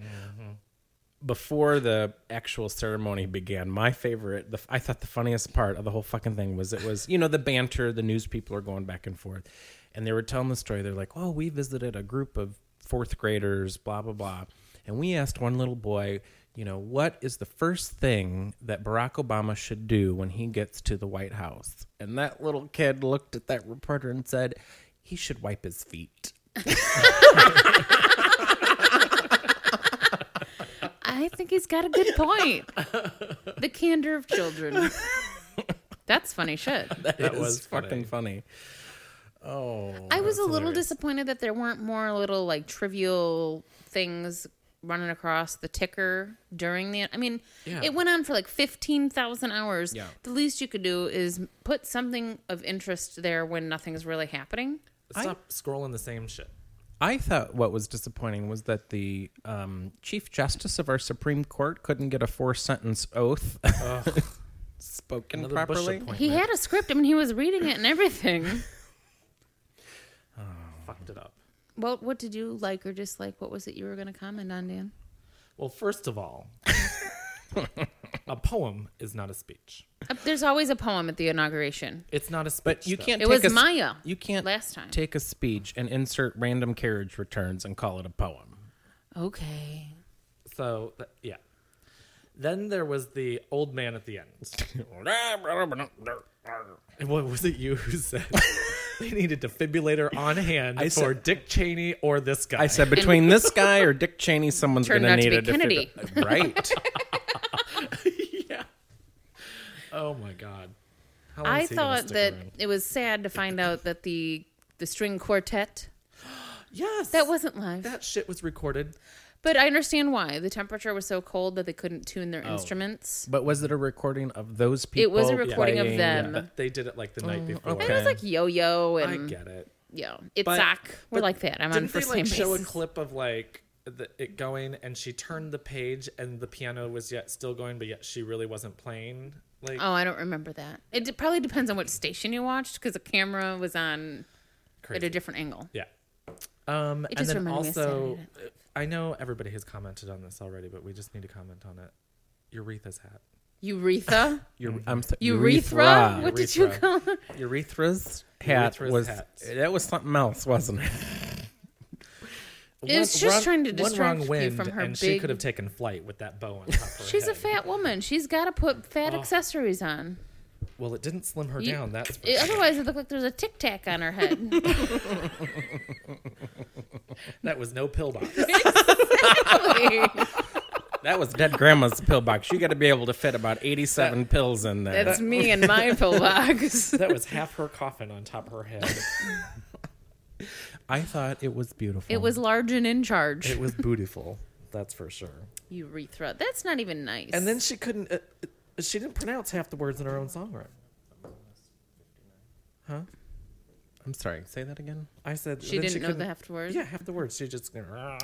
before the actual ceremony began, my favorite, the, I thought the funniest part of the whole fucking thing was it was, you know, the banter, the news people are going back and forth. And they were telling the story. They're like, oh, we visited a group of fourth graders, blah, blah, blah. And we asked one little boy, you know, what is the first thing that Barack Obama should do when he gets to the White House? And that little kid looked at that reporter and said, he should wipe his feet. [laughs] I think he's got a good [laughs] point. the candor of [laughs] children. That's funny shit. That was fucking funny. I was a little disappointed that there weren't more little like trivial things running across the ticker during the. I mean, it went on for like fifteen thousand hours. Yeah. The least you could do is put something of interest there when nothing's really happening. Stop scrolling the same shit. I thought what was disappointing was that the um, Chief Justice of our Supreme Court couldn't get a four sentence oath [laughs] spoken Another Bush properly. appointment. He had a script. I mean, he was reading it and everything. fucked it up. well, what did you like or dislike? What was it you were going to comment on, Dan? Well, first [laughs] of all, a poem is not a speech. Uh, There's always a poem at the inauguration. It's not a speech. But you though. can't. It take was a s- Maya You can't last time. take a speech and insert random carriage returns and call it a poem. Okay. So th- yeah. Then there was the old man at the end. and what was it you who said [laughs] they need a defibrillator on hand I for said- Dick Cheney or this guy? I said between this guy or Dick Cheney, someone's going Turned to out to need be a Kennedy. defibrillator. [laughs] right. [laughs] yeah. Oh my god. How long I is he gonna thought stick that around? it was sad to find out that the the string quartet yes, that wasn't live. that shit was recorded. but I understand why the temperature was so cold that they couldn't tune their Oh. instruments. But was it a recording of those people? It was a recording of playing- them. But they did it like the night before. And it was okay. like yo-yo I and get it. yo, it's But- sock. We're but like that. I'm on Didn't they first like name show a basis. clip of like the, it going, and she turned the page, and the piano was yet still going, but yet she really wasn't playing. Like Oh, I don't remember that. It de- probably depends on what station you watched because the camera was on at crazy. a different angle. yeah. Um, just and then reminded me of also, Saturday I know everybody has commented on this already, but we just need to comment on it. Euretha's hat. Urethra, [laughs] Ure- I'm so- urethra. What did you Urethra. call it? Urethra's hat Urethra's was hats. that was something else, wasn't it? [laughs] It's One- just trying to one distract wrong you wind, from her and she big- could have taken flight with that bow on top of her She's a head. fat woman. She's got to put Oh. fat accessories on. Well, it didn't slim her You- down. That's for it- sure. otherwise it looked like there's a tic tac on [laughs] her head. [laughs] that was no pill box. That was dead grandma's pillbox. You got to be able to fit about eighty-seven pills in there. That's me [laughs] and my pillbox. that was half her coffin on top of her head. I thought it was beautiful. It was large and in charge. It was beautiful. That's for sure. Urethra. That's not even nice. And then she couldn't. Uh, uh, she didn't pronounce half the words in her own song right. I'm sorry. Say that again. I said She then didn't know the couldn't- half words. Oh, Yeah, half the words. She just well,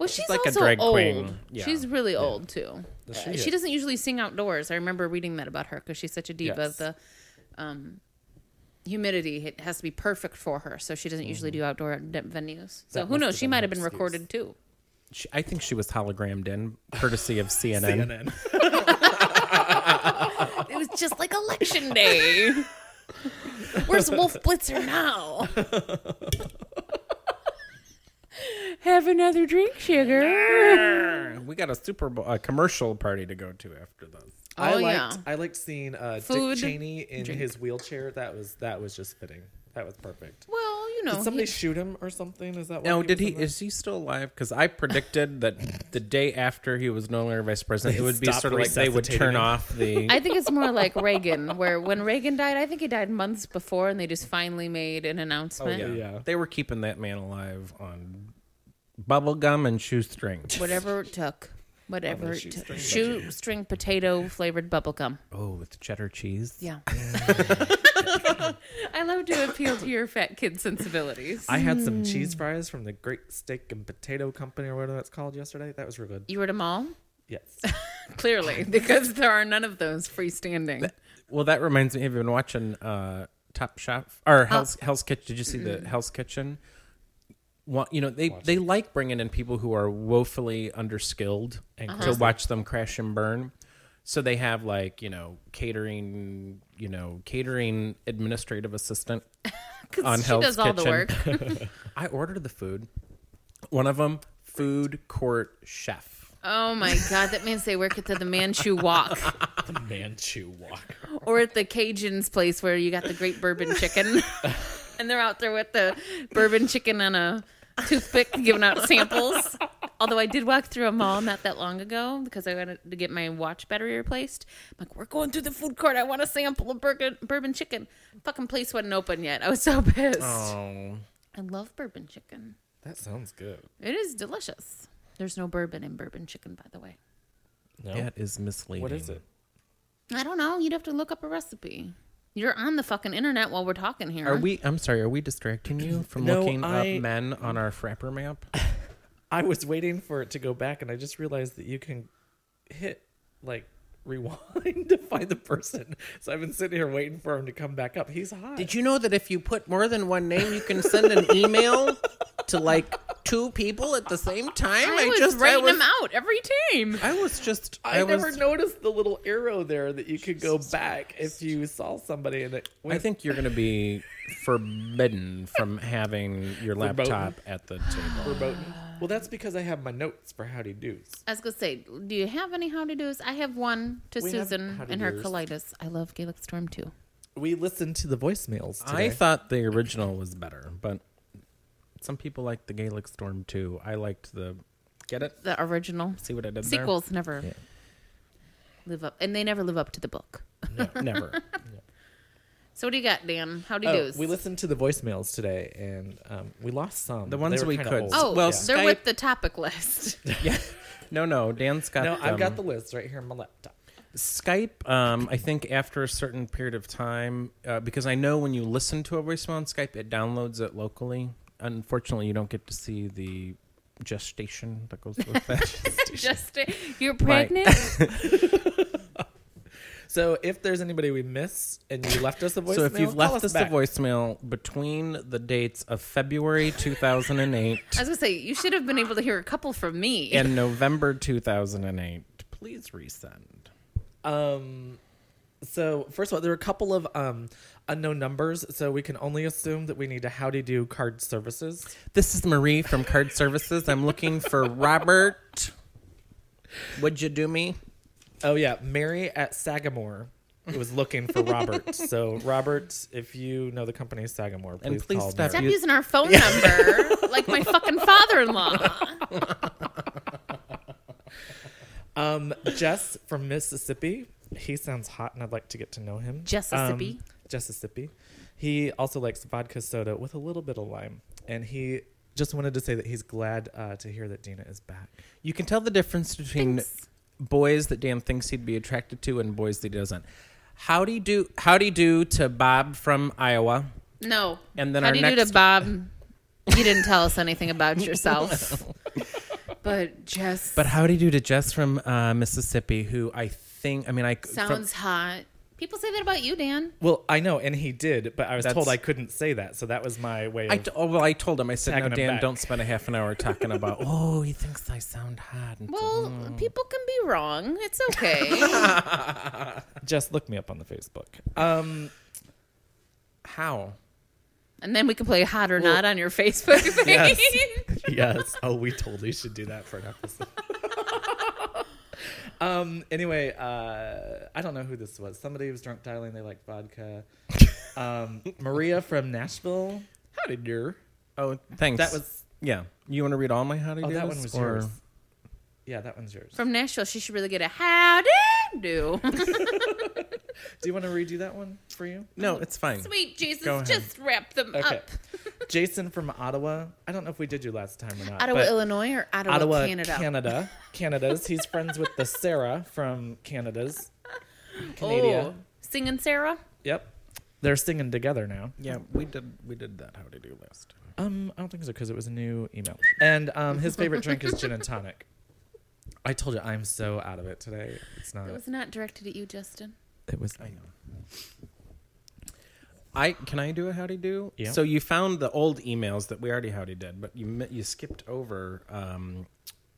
Well, she's like a also drag old. queen. Yeah. She's really old too. Does Uh, she? She, doesn't usually sing outdoors. I remember reading that about her because she's such a diva. Yes. The um, humidity it has to be perfect for her, so she doesn't usually do outdoor d- venues. So That who must knows? have She been might her have been excuse. recorded too. She, I think she was hologrammed in, courtesy of CNN. CNN. It was just like election day. Where's Wolf Blitzer now? Have another drink, sugar. We got a Super Bowl a commercial party to go to after this. I Oh, liked yeah. I liked seeing uh, Food, Dick Cheney in his wheelchair. That was that was just fitting. That was perfect. Well, you know, Did somebody Oh, he- shoot him or something? Is that why Now, did he? was in there? Is he still alive? Because I predicted that the day after he was no longer vice president, it would be Stop sort of like they would resuscitating turn him. off the. I think it's more like Reagan, where when Reagan died, I think he died months before, and they just finally made an announcement. Oh, yeah. Yeah. they were keeping that man alive on bubblegum and shoestring. Whatever it took, whatever it took. shoestring Shoestring potato flavored bubblegum. Oh, with cheddar cheese. [laughs] Yeah. I love to appeal to your fat kid sensibilities. I had some Hmm. cheese fries from the Great Steak and Potato Company or whatever that's called yesterday. That was real good. you were at a mall? Yes. Clearly, because there are none of those freestanding. Well, that reminds me. Have you been watching uh, Top Chef Oh. or Hell's, Hell's Kitchen? Did you see the Hell's Kitchen? Wa- You know they, they like bringing in people who are woefully underskilled and Uh-huh. to watch them crash and burn. So they have like you know catering, you know catering administrative assistant [laughs] 'Cause on she Hell's does all the work. [laughs] Kitchen. [laughs] I ordered the food. One of them, food court chef. Oh my God, that means they work at the, the Manchu Walk Oh. the Manchu walk. or at the Cajun's place where you got the great bourbon [laughs] chicken. and they're out there with the bourbon chicken and a toothpick giving out samples. Although I did walk through a mall not that long ago because I wanted to get my watch battery replaced. I'm like, we're going through the food court. I want a sample of bourbon, bourbon chicken. Fucking place wasn't open yet. I was so pissed. Oh, I love bourbon chicken. [laughs] That sounds good. It is delicious. There's no bourbon in bourbon chicken, by the way. No. that is misleading. What is it? I don't know. You'd have to look up a recipe. You're on the fucking internet while we're talking here. Are we? I'm sorry. Are we [clears throat] distracting you from No, looking I- up men on our Frapper map? I was waiting for it to go back and I just realized that you can hit like rewind [laughs] to find the person. So I've been sitting here waiting for him to come back up. He's hot. Did you know that if you put more than one name, you can send an email to like two people at the same time? I, was just writing I was, them out every time. I was just. [laughs] I, I, never was. noticed the little arrow there that you could go back if you saw somebody and it I went think you're going to be forbidden from having [laughs] your Verboten. laptop at the table. verboten. Well, that's because I have my notes for howdy do's. I was gonna say, do you have any how to do's? I have one to We have Susan howdy and her do's. colitis. I love Gaelic Storm too. We listened to the voicemails today. I thought the original was better, but some people like the Gaelic Storm too. I liked the. Get it? The original See what I did there? sequels never live up, and they never live up to the book. [laughs] Never. So what do you got, Dan? How do Oh, do's? we listened to the voicemails today, and um, we lost some. The ones They were we kinda could. old. oh, well, they're Skype- with the topic [laughs] list. yeah. No, no. Dan's got. no, I've them. got the list right here on my laptop. Skype, um, I think after a certain period of time, uh, because I know when you listen to a voicemail on Skype, it downloads it locally. Unfortunately, you don't get to see the gestation that goes [laughs] with that. Just you're [laughs] pregnant. So if there's anybody we missed and you left us a [laughs] voicemail, so if you've call left us us back. a voicemail between the dates of February 2008 [laughs] I was gonna say you should have been able to hear a couple from me. and November 2008, please resend. um, so first of all, there were a couple of um, unknown numbers, so we can only assume that we need to howdy do card services. This is Marie from Card Services. I'm looking [laughs] for Robert. Would you do me? Oh yeah, Mary at Sagamore was looking [laughs] for Robert. so Robert, if you know the company Sagamore, please, And please call stop Stop Mary. you- using our phone number like my fucking [laughs] father-in-law. Um, Jess from Mississippi. He sounds hot, and I'd like to get to know him. Jessissippi. Um, Jessissippi. He also likes vodka soda with a little bit of lime, and he just wanted to say that he's glad uh, to hear that Dina is back. You can tell the difference between boys that Dan thinks he'd be attracted to and boys that he doesn't. Howdy do, howdy do to Bob from Iowa. No. And then how our do you do next- to Bob? You didn't tell us anything about [laughs] yourself. but Jess But howdy do to Jess from uh, Mississippi, who I think, I mean, I from- sounds hot. People say that about you, Dan. Well, I know, and he did, but I was That's- told I couldn't say that, so that was my way. Of, I t- oh, well, I told him. I said, "Now, Tagging him Dan, back." don't spend a half an hour talking [laughs] about." oh, he thinks I sound hot. And Well, Mm. people can be wrong. It's [laughs] okay. just look me up on the Facebook. Um, how? and then we can play hot or not on [laughs] your Facebook page. [laughs] yes. Oh, we totally should do that for an episode. [laughs] um. Anyway, uh, I don't know who this was. Somebody was drunk dialing. They liked [laughs] vodka. Um, Maria from Nashville. How did your? Oh, thanks. That was. yeah. You want to read all my how to Oh, do that this, one was or- yours. Yeah, that one's yours. From Nashville, she should really get a howdy do. [laughs] Do you want to redo that one for you? No, it's fine. Sweet Jesus, Go ahead. Uh, just wrap them Okay. up. Jason from Ottawa. I don't know if we did you last time or not. Ottawa, but- Illinois, or Ottawa, Ottawa, Canada? Canada. Canada's. He's friends with the Sarah from Canada's. Oh, Canada. singing Sarah. Yep. They're singing together now. Yeah, we did. We did that how to do list. Um, I don't think so because it was a new email. And um, his favorite drink is gin and tonic. I told you I'm so out of it today. It's not. That was not directed at you, Justin. It was. I know. I can I do a howdy do? Yeah. So you found the old emails that we already howdy did, but you mi- you skipped over um,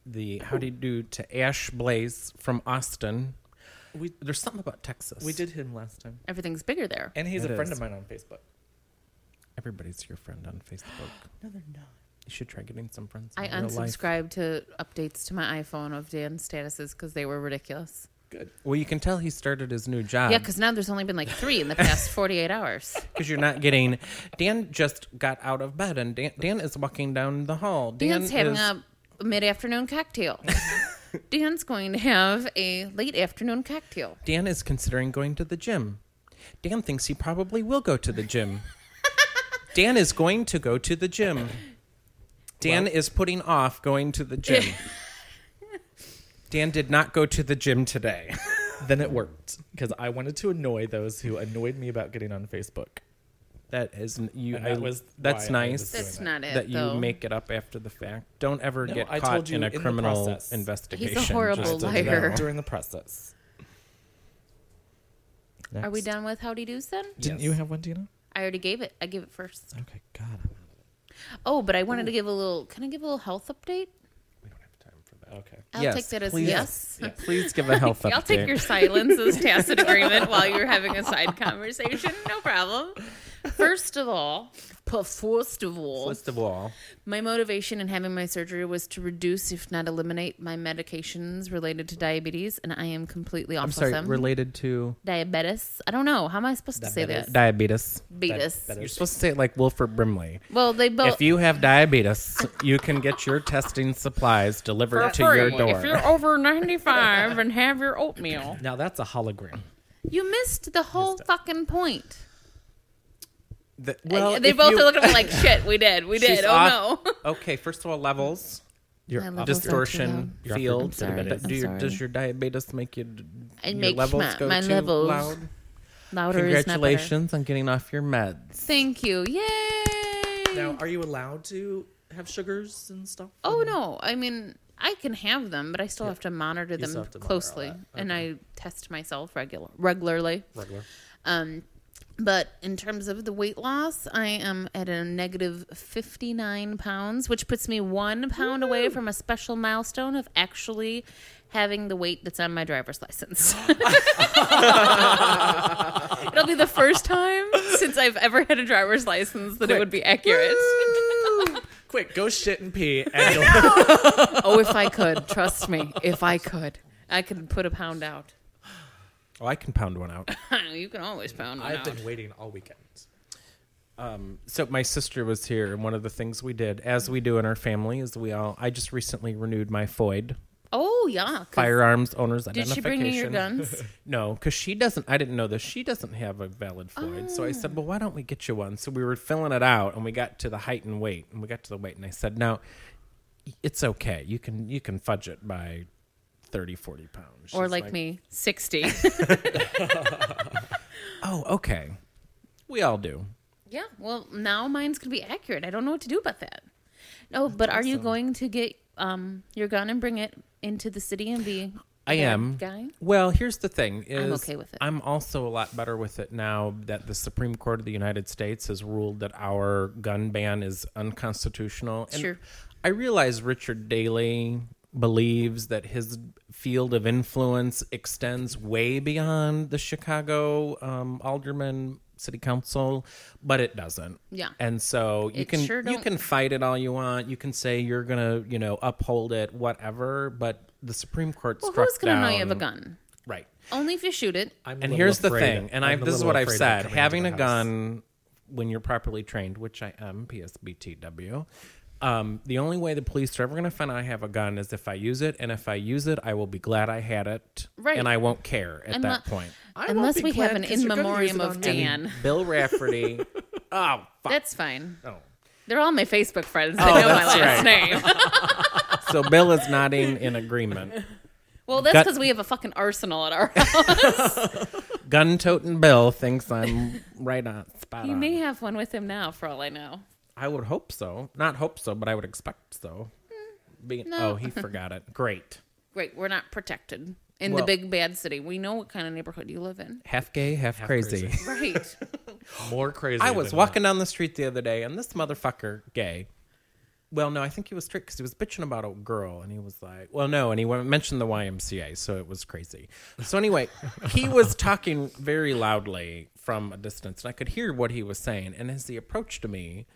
the howdy do to Ash Blaze from Austin. We There's something about Texas. we did him last time, Everything's bigger there. and he's It a friend is. of mine on Facebook. Everybody's your friend on Facebook. No, they're not. You should try getting some friends. In I uh real life. unsubscribed to updates to my iPhone of Dan's statuses because they were ridiculous. Good. Well, you can tell he started his new job. yeah, because now there's only been like [laughs] three in the past 48 hours. because you're not getting. Dan just got out of bed, and Dan, Dan is walking down the hall. Dan Dan's having is, a mid [laughs] afternoon cocktail. Dan's going to have a late afternoon cocktail. Dan is considering going to the gym. Dan thinks he probably will go to the gym. [laughs] Dan is going to go to the gym. Dan is putting off going to the [laughs] gym. Dan did not go to the gym today. Then it worked because I wanted to annoy those who annoyed me about getting on Facebook. That is n- you. And that I- was that's why I was nice. doing [laughs] That's that. not it. that you though. make it up after the fact. Don't ever No, get I caught told you in a in the criminal process. He's a investigation. horrible just to liar. know. Sure. during the process. Are we Next. done with howdy do's then? Didn't Yes. you have one, Dina? I already gave it. I gave it first. Okay, God, I'm out of Oh, but I wanted to give a little. Can I give a little health update? it. Okay. I'll Yes, take that as please. yes. Please give a health [laughs] update. I'll take your [laughs] silence as tacit agreement while you're having a side conversation. No problem. First of all, p- first of all, First of all, my motivation in having my surgery was to reduce, if not eliminate, my medications related to diabetes, and I am completely off I'm of sorry, them. related to diabetes. I don't know. How am I supposed to say that? diabetes. Diabetes. That- that You're is- supposed to say it like Wilford Brimley. Well, they both. if you have diabetes, you can get your testing supplies for delivered to free. your door. If you're over 95 and have your oatmeal, Now that's a hologram. you missed the whole fucking point. The- Well, Uh, they both you- are looking at me like, shit, we did. We she's did. Oh, off- no. [laughs] okay, first of all, levels, You're My up- levels are too low. distortion, You're up for field. diabetes. But do I'm your- sorry. does your diabetes make you? d- It your makes levels my- go my too levels loud? Louder is not better. Congratulations on getting off your meds. Thank you. Yay. now, are you allowed to have sugars and stuff? oh, no. I mean, I can have them, but I still have to monitor them still have to monitor all closely. that. And I test myself regular regularly. Regular. Um, but in terms of the weight loss, I am at a negative 59 pounds, which puts me one pound away from a special milestone of actually having the weight that's on my driver's [laughs] license. It'll be the first time since I've ever had a driver's license that it would be accurate. Quick, go shit and pee, and you'll, [laughs] [laughs] oh, if I could, trust me, if I could, I could put a pound out. Oh, I can pound one out. [laughs] you can always pound one I've out. been waiting all weekend. so my sister was here, and one of the things we did, as we do in our family, is we all. I just recently renewed my FOID, Oh, yeah. 'cause firearms owners Did she identification. bring you your [laughs] guns? No, because she doesn't. I didn't know this. She doesn't have a valid Floyd. So I said, "Well, why don't we get you one?" So we were filling it out, and we got to the height and weight, and we got to the weight, and I said, "Now, it's okay. You can you can fudge it by 30, 40 pounds." or She's like me, 60. Oh, okay. We all do. Yeah. Well, now mine's gonna be accurate. I don't know what to do about that. No, but are you going to get um your gun and bring it into the city and be I that am. guy? Well, here's the thing: is I'm okay with it. I'm also a lot better with it now that the Supreme Court of the United States has ruled that our gun ban is unconstitutional. And Sure. I realize Richard Daley believes that his field of influence extends way beyond the Chicago um, alderman, city council, but it doesn't. Yeah. And so you It can sure you don't. can fight it all you want. You can say you're gonna you know uphold it, whatever. But the Supreme Court Well, struck who's gonna know you have a down- gun? Right. Only if you shoot it. I'm a and little here's the afraid- thing, and I I'm a this is little what I've afraid said: of coming into having my a house. gun when you're properly trained, which I am, PSBTW. Um, the only way the police are ever going to find out I have a gun is if I use it, and if I use it, I will be glad I had it, Right. and I won't care at Unle- that point. I won't Unless be we have glad an 'cause in you're gonna use memoriam it of on me. Oh, Dan. Bill Rafferty. [laughs] oh fuck! That's fine. Oh. no. They're all my Facebook friends. They know my that's last [laughs] name. So Bill is nodding in agreement. well, that's Got- because we have a fucking arsenal at [laughs] our house. Gun-toting Bill thinks I'm right on spot he on. may have one with him now, for all I know. I would hope so. Not hope so, but I would expect so. Being, no. Oh, he forgot it. Great. Great, we're not protected in Well- the big bad city. We know what kind of neighborhood you live in. Half gay, half, [laughs] crazy. crazy. Right. [gasps] More crazy. I was than walking down the street the other day, and this motherfucker, gay. Well, no, I think he was straight because he was bitching about a girl, and he was like, "Well, no," and he went- mentioned the YMCA, so it was crazy. So anyway, he was talking very loudly from a distance, and I could hear what he was saying. And as he approached me,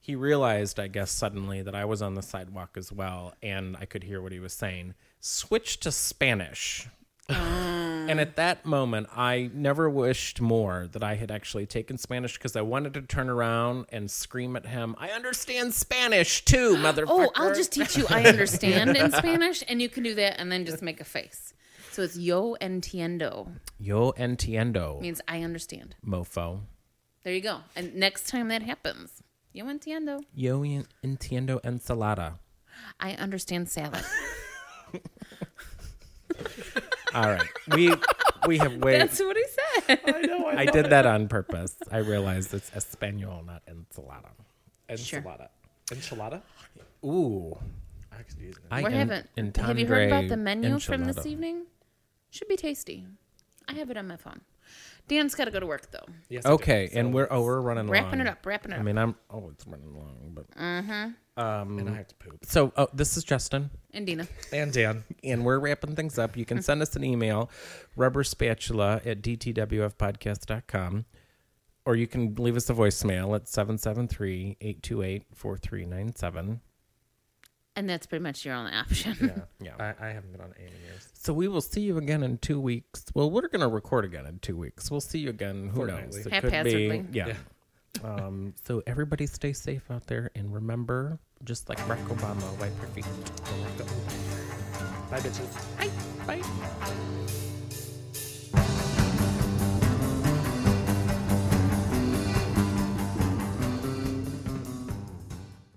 he realized, I guess, suddenly that I was on the sidewalk as well, and I could hear what he was saying. Switched to Spanish. Ah. And at that moment, I never wished more that I had actually taken Spanish because I wanted to turn around and scream at him, I understand Spanish too, motherfucker. [gasps] Oh, I'll just teach you [laughs] I understand in Spanish, and you can do that, and then just make a face. So it's yo entiendo Yo entiendo, means I understand. mofo. There you go. And next time that happens, yo entiendo. Yo en- entiendo ensalada. I understand salad. All right. We we have way. That's what he said. I know. I I did that on purpose. I realized it's Espanol, not ensalada. [laughs] Sure. enchilada. Enchilada. Ooh. I could use it. I We're en- having. Have you heard about the entendre menu from this enchilada. evening? Should be tasty. I have it on my phone. Dan's got to go to work though. Yes, I do. Okay, So- and we're oh we're running Wrapping long. it up. Wrapping it I up. mean, Mm-hmm. I'm oh it's running long, but um, and I have to poop. so oh, this is Justin. And Dina. And [laughs] Dan. and we're wrapping things up. You can send us an email, rubber spatula at dtwfpodcast.com, or you can leave us a voicemail at 773 828 4397. And that's pretty much your only option. Yeah. I, I haven't been on AIM in years. So we will see you again in two weeks. Well, we're going to record again in two weeks. We'll see you again. Who knows? Fortnightly. It could be- Haphazardly. yeah. um, so everybody stay safe out there and remember, just like Barack Obama, wipe your feet. [laughs] Bye, bitches. Bye. Bye.